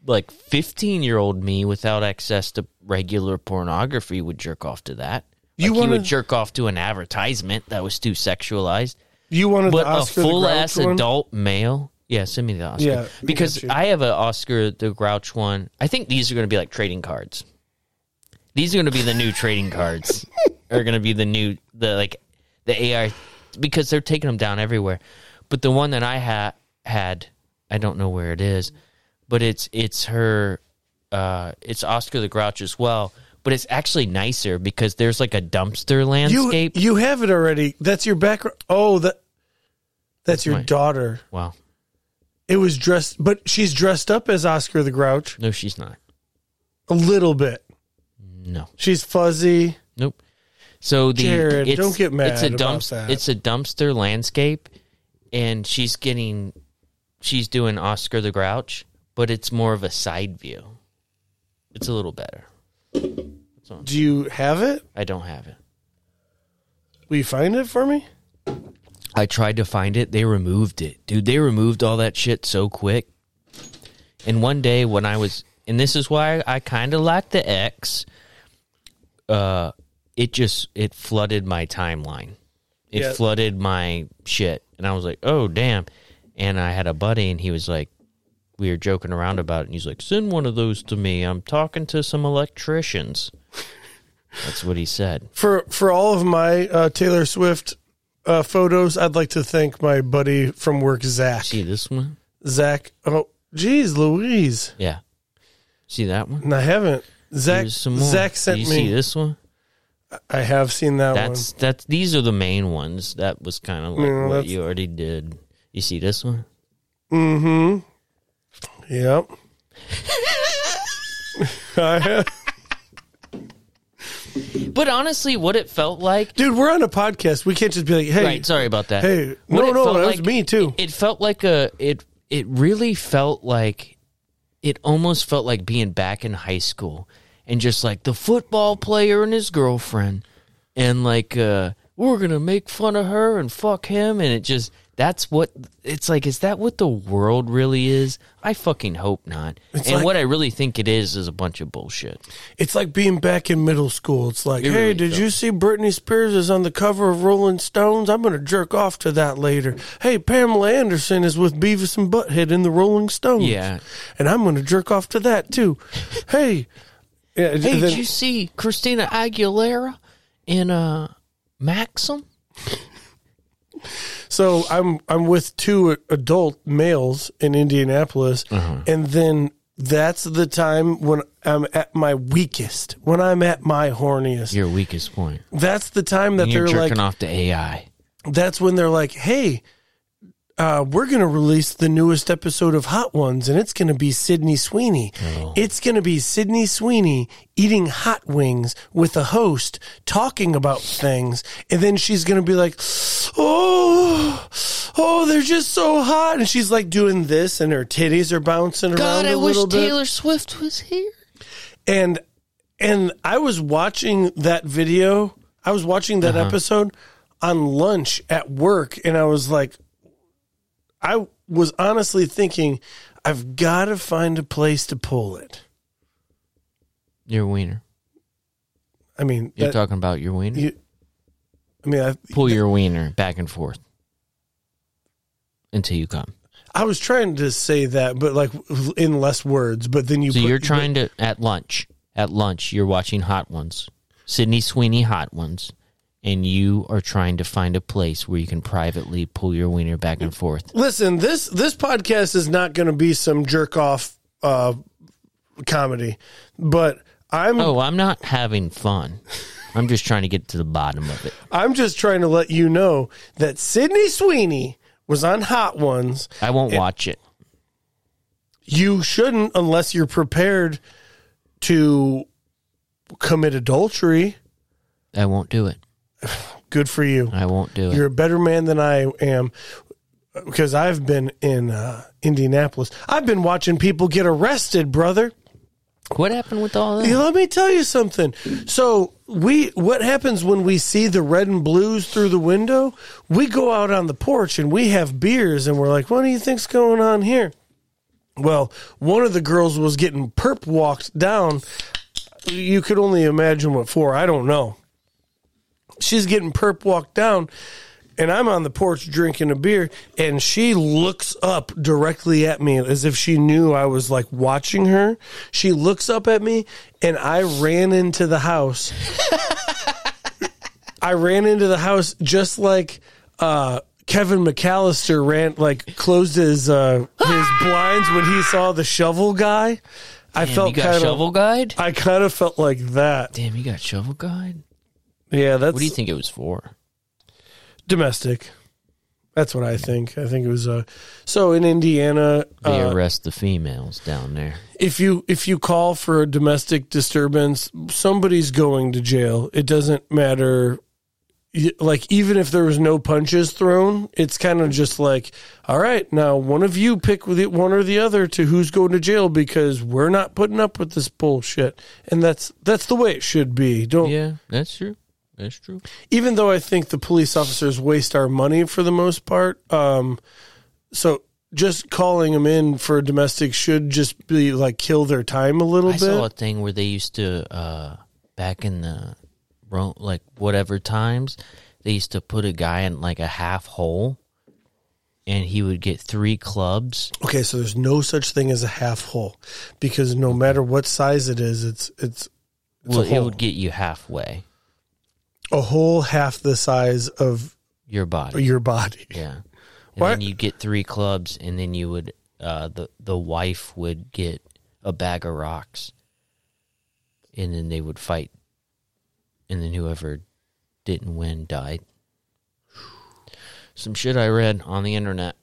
like, fifteen-year-old me without access to regular pornography would jerk off to that. You You, like you wanna- would jerk off to an advertisement that was too sexualized. You wanted But the a Oscar the full Grouch ass one? adult male. Yeah, send me the Oscar. Yeah, we because got you. I have an Oscar the Grouch one. I think these are going to be like trading cards. These are going to be the new trading cards. Are going to be the new the like the AR because they're taking them down everywhere. But the one that I ha- had, I don't know where it is, but it's it's her, uh, it's Oscar the Grouch as well. But it's actually nicer because there's like a dumpster You landscape. you have it already. That's your background. Oh, that that's your my- daughter. wow, It was dressed, but she's dressed up as Oscar the Grouch no, she's not. a little bit. No. She's fuzzy. Nope. So the Jared, it's, don't get mad It's a about that. It's a dumpster landscape, and she's getting, she's doing Oscar the Grouch, but it's more of a side view. It's a little better. Do you have it? I don't have it. Will you find it for me? I tried to find it. They removed it, dude. They removed all that shit so quick. And one day when I was, and this is why I kind of like the X. Uh, it just it flooded my timeline. It Yeah. flooded my shit, and I was like, "Oh damn!" And I had a buddy, and he was like, "We were joking around about it." And he's like, "Send one of those to me. I'm talking to some electricians." That's what he said. For for all of my uh, Taylor Swift uh, photos, I'd like to thank my buddy from work, Zach. See this one? Zach. Oh, geez, Louise. Yeah. See that one? And I haven't. Zach. Here's some more. Zach Do sent you me. see this one? I have seen that That's that's these are the main ones. That was kind of like Yeah, what that's- you already did. You see this one? one. Mm-hmm. Yep. I have- But honestly, what it felt like. Dude, we're on a podcast. We can't just be like, hey, right, sorry about that. hey, What no, it no, felt that was me too. It, it felt like a it. It really felt like it almost felt like being back in high school and just like the football player and his girlfriend and like uh we're gonna make fun of her and fuck him and it just that's what it's like is that what the world really is i fucking hope not and like- what i really think it is is a bunch of bullshit it's like being back in middle school. It's like, It hey, really did does. you see Britney Spears is on the cover of Rolling Stones? I'm going to jerk off to that later. Hey, Pamela Anderson is with Beavis and Butthead in the Rolling Stones. Yeah. And I'm going to jerk off to that too. hey. Yeah, hey then- did you see christina aguilera in uh maxim So I'm I'm with two adult males in Indianapolis, Uh-huh. and then that's the time when I'm at my weakest, when I'm at my horniest. your weakest point That's the time that and you're they're jerking like, off to ai that's when they're like, hey. Uh, we're gonna release the newest episode of Hot Ones, and it's gonna be Sydney Sweeney. Oh. It's gonna be Sydney Sweeney eating hot wings with a host, talking about things, and then she's gonna be like, "Oh, oh, they're just so hot," and she's like doing this, and her titties are bouncing around god a i wish little bit taylor swift was here and and I was watching that video. I was watching that Uh-huh. episode on lunch at work, and I was like, I was honestly thinking, I've got to find a place to pull it. your wiener I mean, You're that- talking about your wiener. you- I mean, I, Pull your wiener back and forth until you come. I was trying to say that, but like in less words. But then you, So put- you're trying to at lunch. At lunch, you're watching Hot Ones, Sydney Sweeney Hot Ones, and you are trying to find a place where you can privately pull your wiener back and forth. Listen, this this podcast is not going to be some jerk off uh, comedy, but I'm Oh, I'm not having fun. I'm just trying to get to the bottom of it. I'm just trying to let you know that Sydney Sweeney was on Hot Ones. I won't watch it. You shouldn't unless you're prepared to commit adultery. I won't do it. Good for you. I won't do it. You're a better man than I am because I've been in uh, Indianapolis. I've been watching people get arrested, brother. what happened with all Yeah, that? Let me tell you something. So we, what happens when we see the red and blues through the window? We go out on the porch and we have beers, and we're like, "What do you think's going on here?" Well, one of the girls was getting perp walked down. You could only imagine what for. I don't know. she's getting perp walked down and i'm on the porch drinking a beer and she looks up directly at me as if she knew i was like watching her she looks up at me and i ran into the house i ran into the house just like uh Kevin McAllister ran like closed his uh, his blinds when he saw the shovel guy. I Damn, felt you got kind of shovel guide. I kind of felt like that. Damn, you got shovel guide. Yeah, that's What do you think it was for? domestic. That's what I think. I think it was uh so in Indiana They uh, arrest the females down there. if you if you call for a domestic disturbance, somebody's going to jail. It doesn't matter y- like even if there was no punches thrown, it's kind of just like, all right, now one of you pick with it, one or the other to who's going to jail because we're not putting up with this bullshit. And that's that's the way it should be. Don't Yeah, that's true. That's true. even though I think the police officers waste our money for the most part, um, so just calling them in for a domestic should just be like kill their time a little I bit. saw a thing where they used to uh, back in the Ro- like whatever times they used to put a guy in like a half hole, and he would get three clubs. Okay, so there's no such thing as a half hole because no matter what size it is, it's it's it's well, a, it hole. would get you halfway a hole half the size of your body. your body. yeah, and Why- then you get three clubs, and then you would uh, the the wife would get a bag of rocks, and then they would fight, and then whoever didn't win died. Some shit I read on the internet.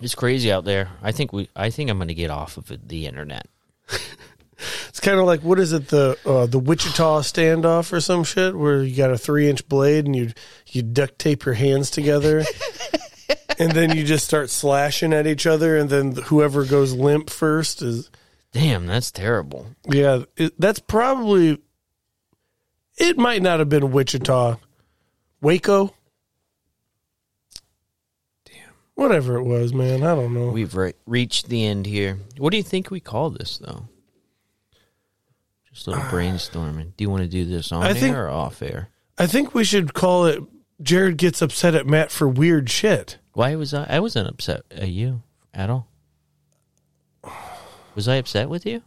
It's crazy out there. I think we. I think I'm going to get off of it, the internet. It's kind of like what is it the uh, the Wichita standoff or some shit where you got a three inch blade and you you duct tape your hands together, and then you just start slashing at each other, and then whoever goes limp first is Damn, that's terrible. yeah. It, that's probably it. Might not have been Wichita, Waco. Damn, whatever it was, man. I don't know. We've re- reached the end here. What do you think we call this though? Just a little brainstorming. Do you want to do this on I air think- or off air? I think we should call it. Jared gets upset at Matt for weird shit. Why was I? I wasn't upset at you at all. Was I upset with you?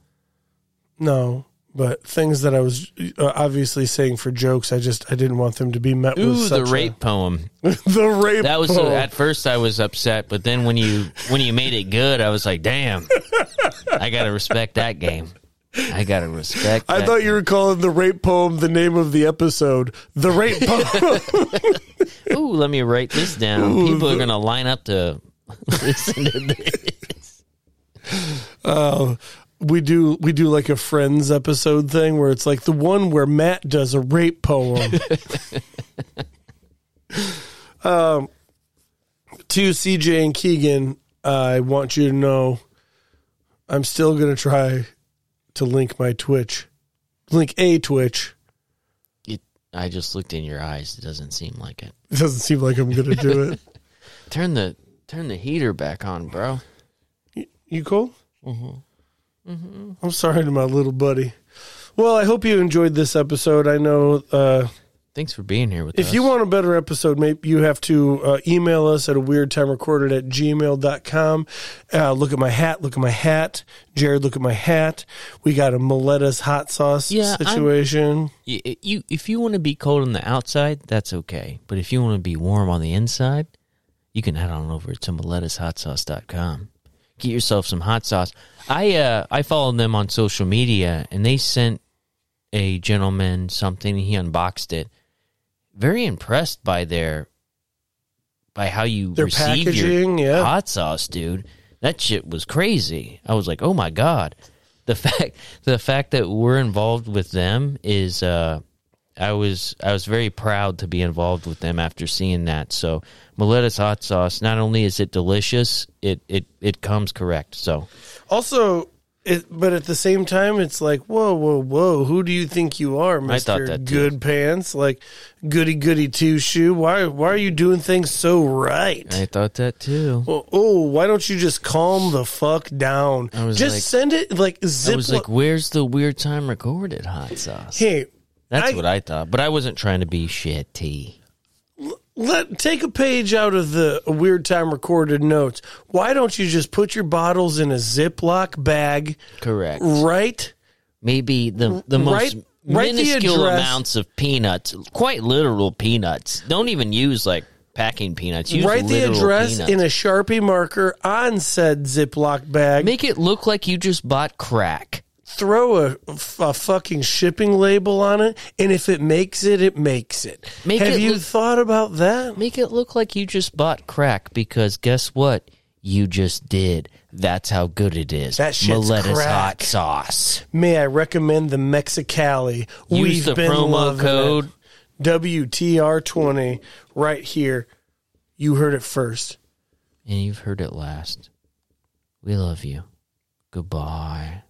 No, but things that I was uh, obviously saying for jokes, I just I didn't want them to be met with Ooh, such the a- rape poem. the rape. That was poem. at first I was upset, but then when you when you made it good, I was like, damn, I gotta respect that game. I gotta respect. I that thought you were calling the rape poem the name of the episode. The rape poem. Ooh, let me write this down. People are gonna line up to listen to this. we do we do like a friends episode thing where it's like the one where Matt does a rape poem. um, Um, to CJ and Keegan, I want you to know I'm still gonna try to link my Twitch, link a Twitch. It, I just looked in your eyes. It doesn't seem like it. It doesn't seem like I'm gonna do it. Turn the turn the heater back on, bro. You cool? Mm-hmm. Mm-hmm. I'm sorry to my little buddy. Well, I hope you enjoyed this episode. I know. Uh, Thanks for being here with us. If you want a better episode, maybe you have to uh, email us at a weird time recorded at gmail.com. Uh, look at my hat. Look at my hat. Jared, look at my hat. We got a Miletta's hot sauce Yeah, I'm- situation. you, you if you want to be cold on the outside, that's okay. But if you want to be warm on the inside, you can head on over to MiletusHotSauce.com. Get yourself some hot sauce. I uh, I followed them on social media, and they sent a gentleman something. He unboxed it. Very impressed by their by how you Their receive packaging, your yeah. hot sauce, dude. That shit was crazy. I was like, oh my god. The fact the fact that we're involved with them is uh I was I was very proud to be involved with them after seeing that. So Miletta's hot sauce, not only is it delicious, it it, it comes correct. So Also, it, but at the same time, it's like, whoa, whoa, whoa. Who do you think you are, Mr. I thought that too. Good Pants? Like, goody, goody, two shoe. Why, why are you doing things so right? I thought that too. well, oh, why don't you just calm the fuck down? I was Just like- send it like I zip was like, where's the weird time recorded hot sauce? Hey, That's I- what I thought, but I wasn't trying to be shitty. Let take a page out of the weird time recorded notes. Why don't you just put your bottles in a Ziploc bag, Correct. right? Maybe the the most Write- write the minuscule address. amounts of peanuts, quite literal peanuts. Don't even use like packing peanuts. Use write the literal address peanuts. in a Sharpie marker on said Ziploc bag. Make it look like you just bought crack. throw a, a fucking shipping label on it, and if it makes it, it makes it. Make Have it you look- thought about that? Make it look like you just bought crack because guess what? You just did. That's how good it is. That shit's Miletta's crack. hot sauce. May I recommend the Mexicali? Use the promo loving code. it. WTR20 right here. You heard it first. And you've heard it last. We love you. Goodbye.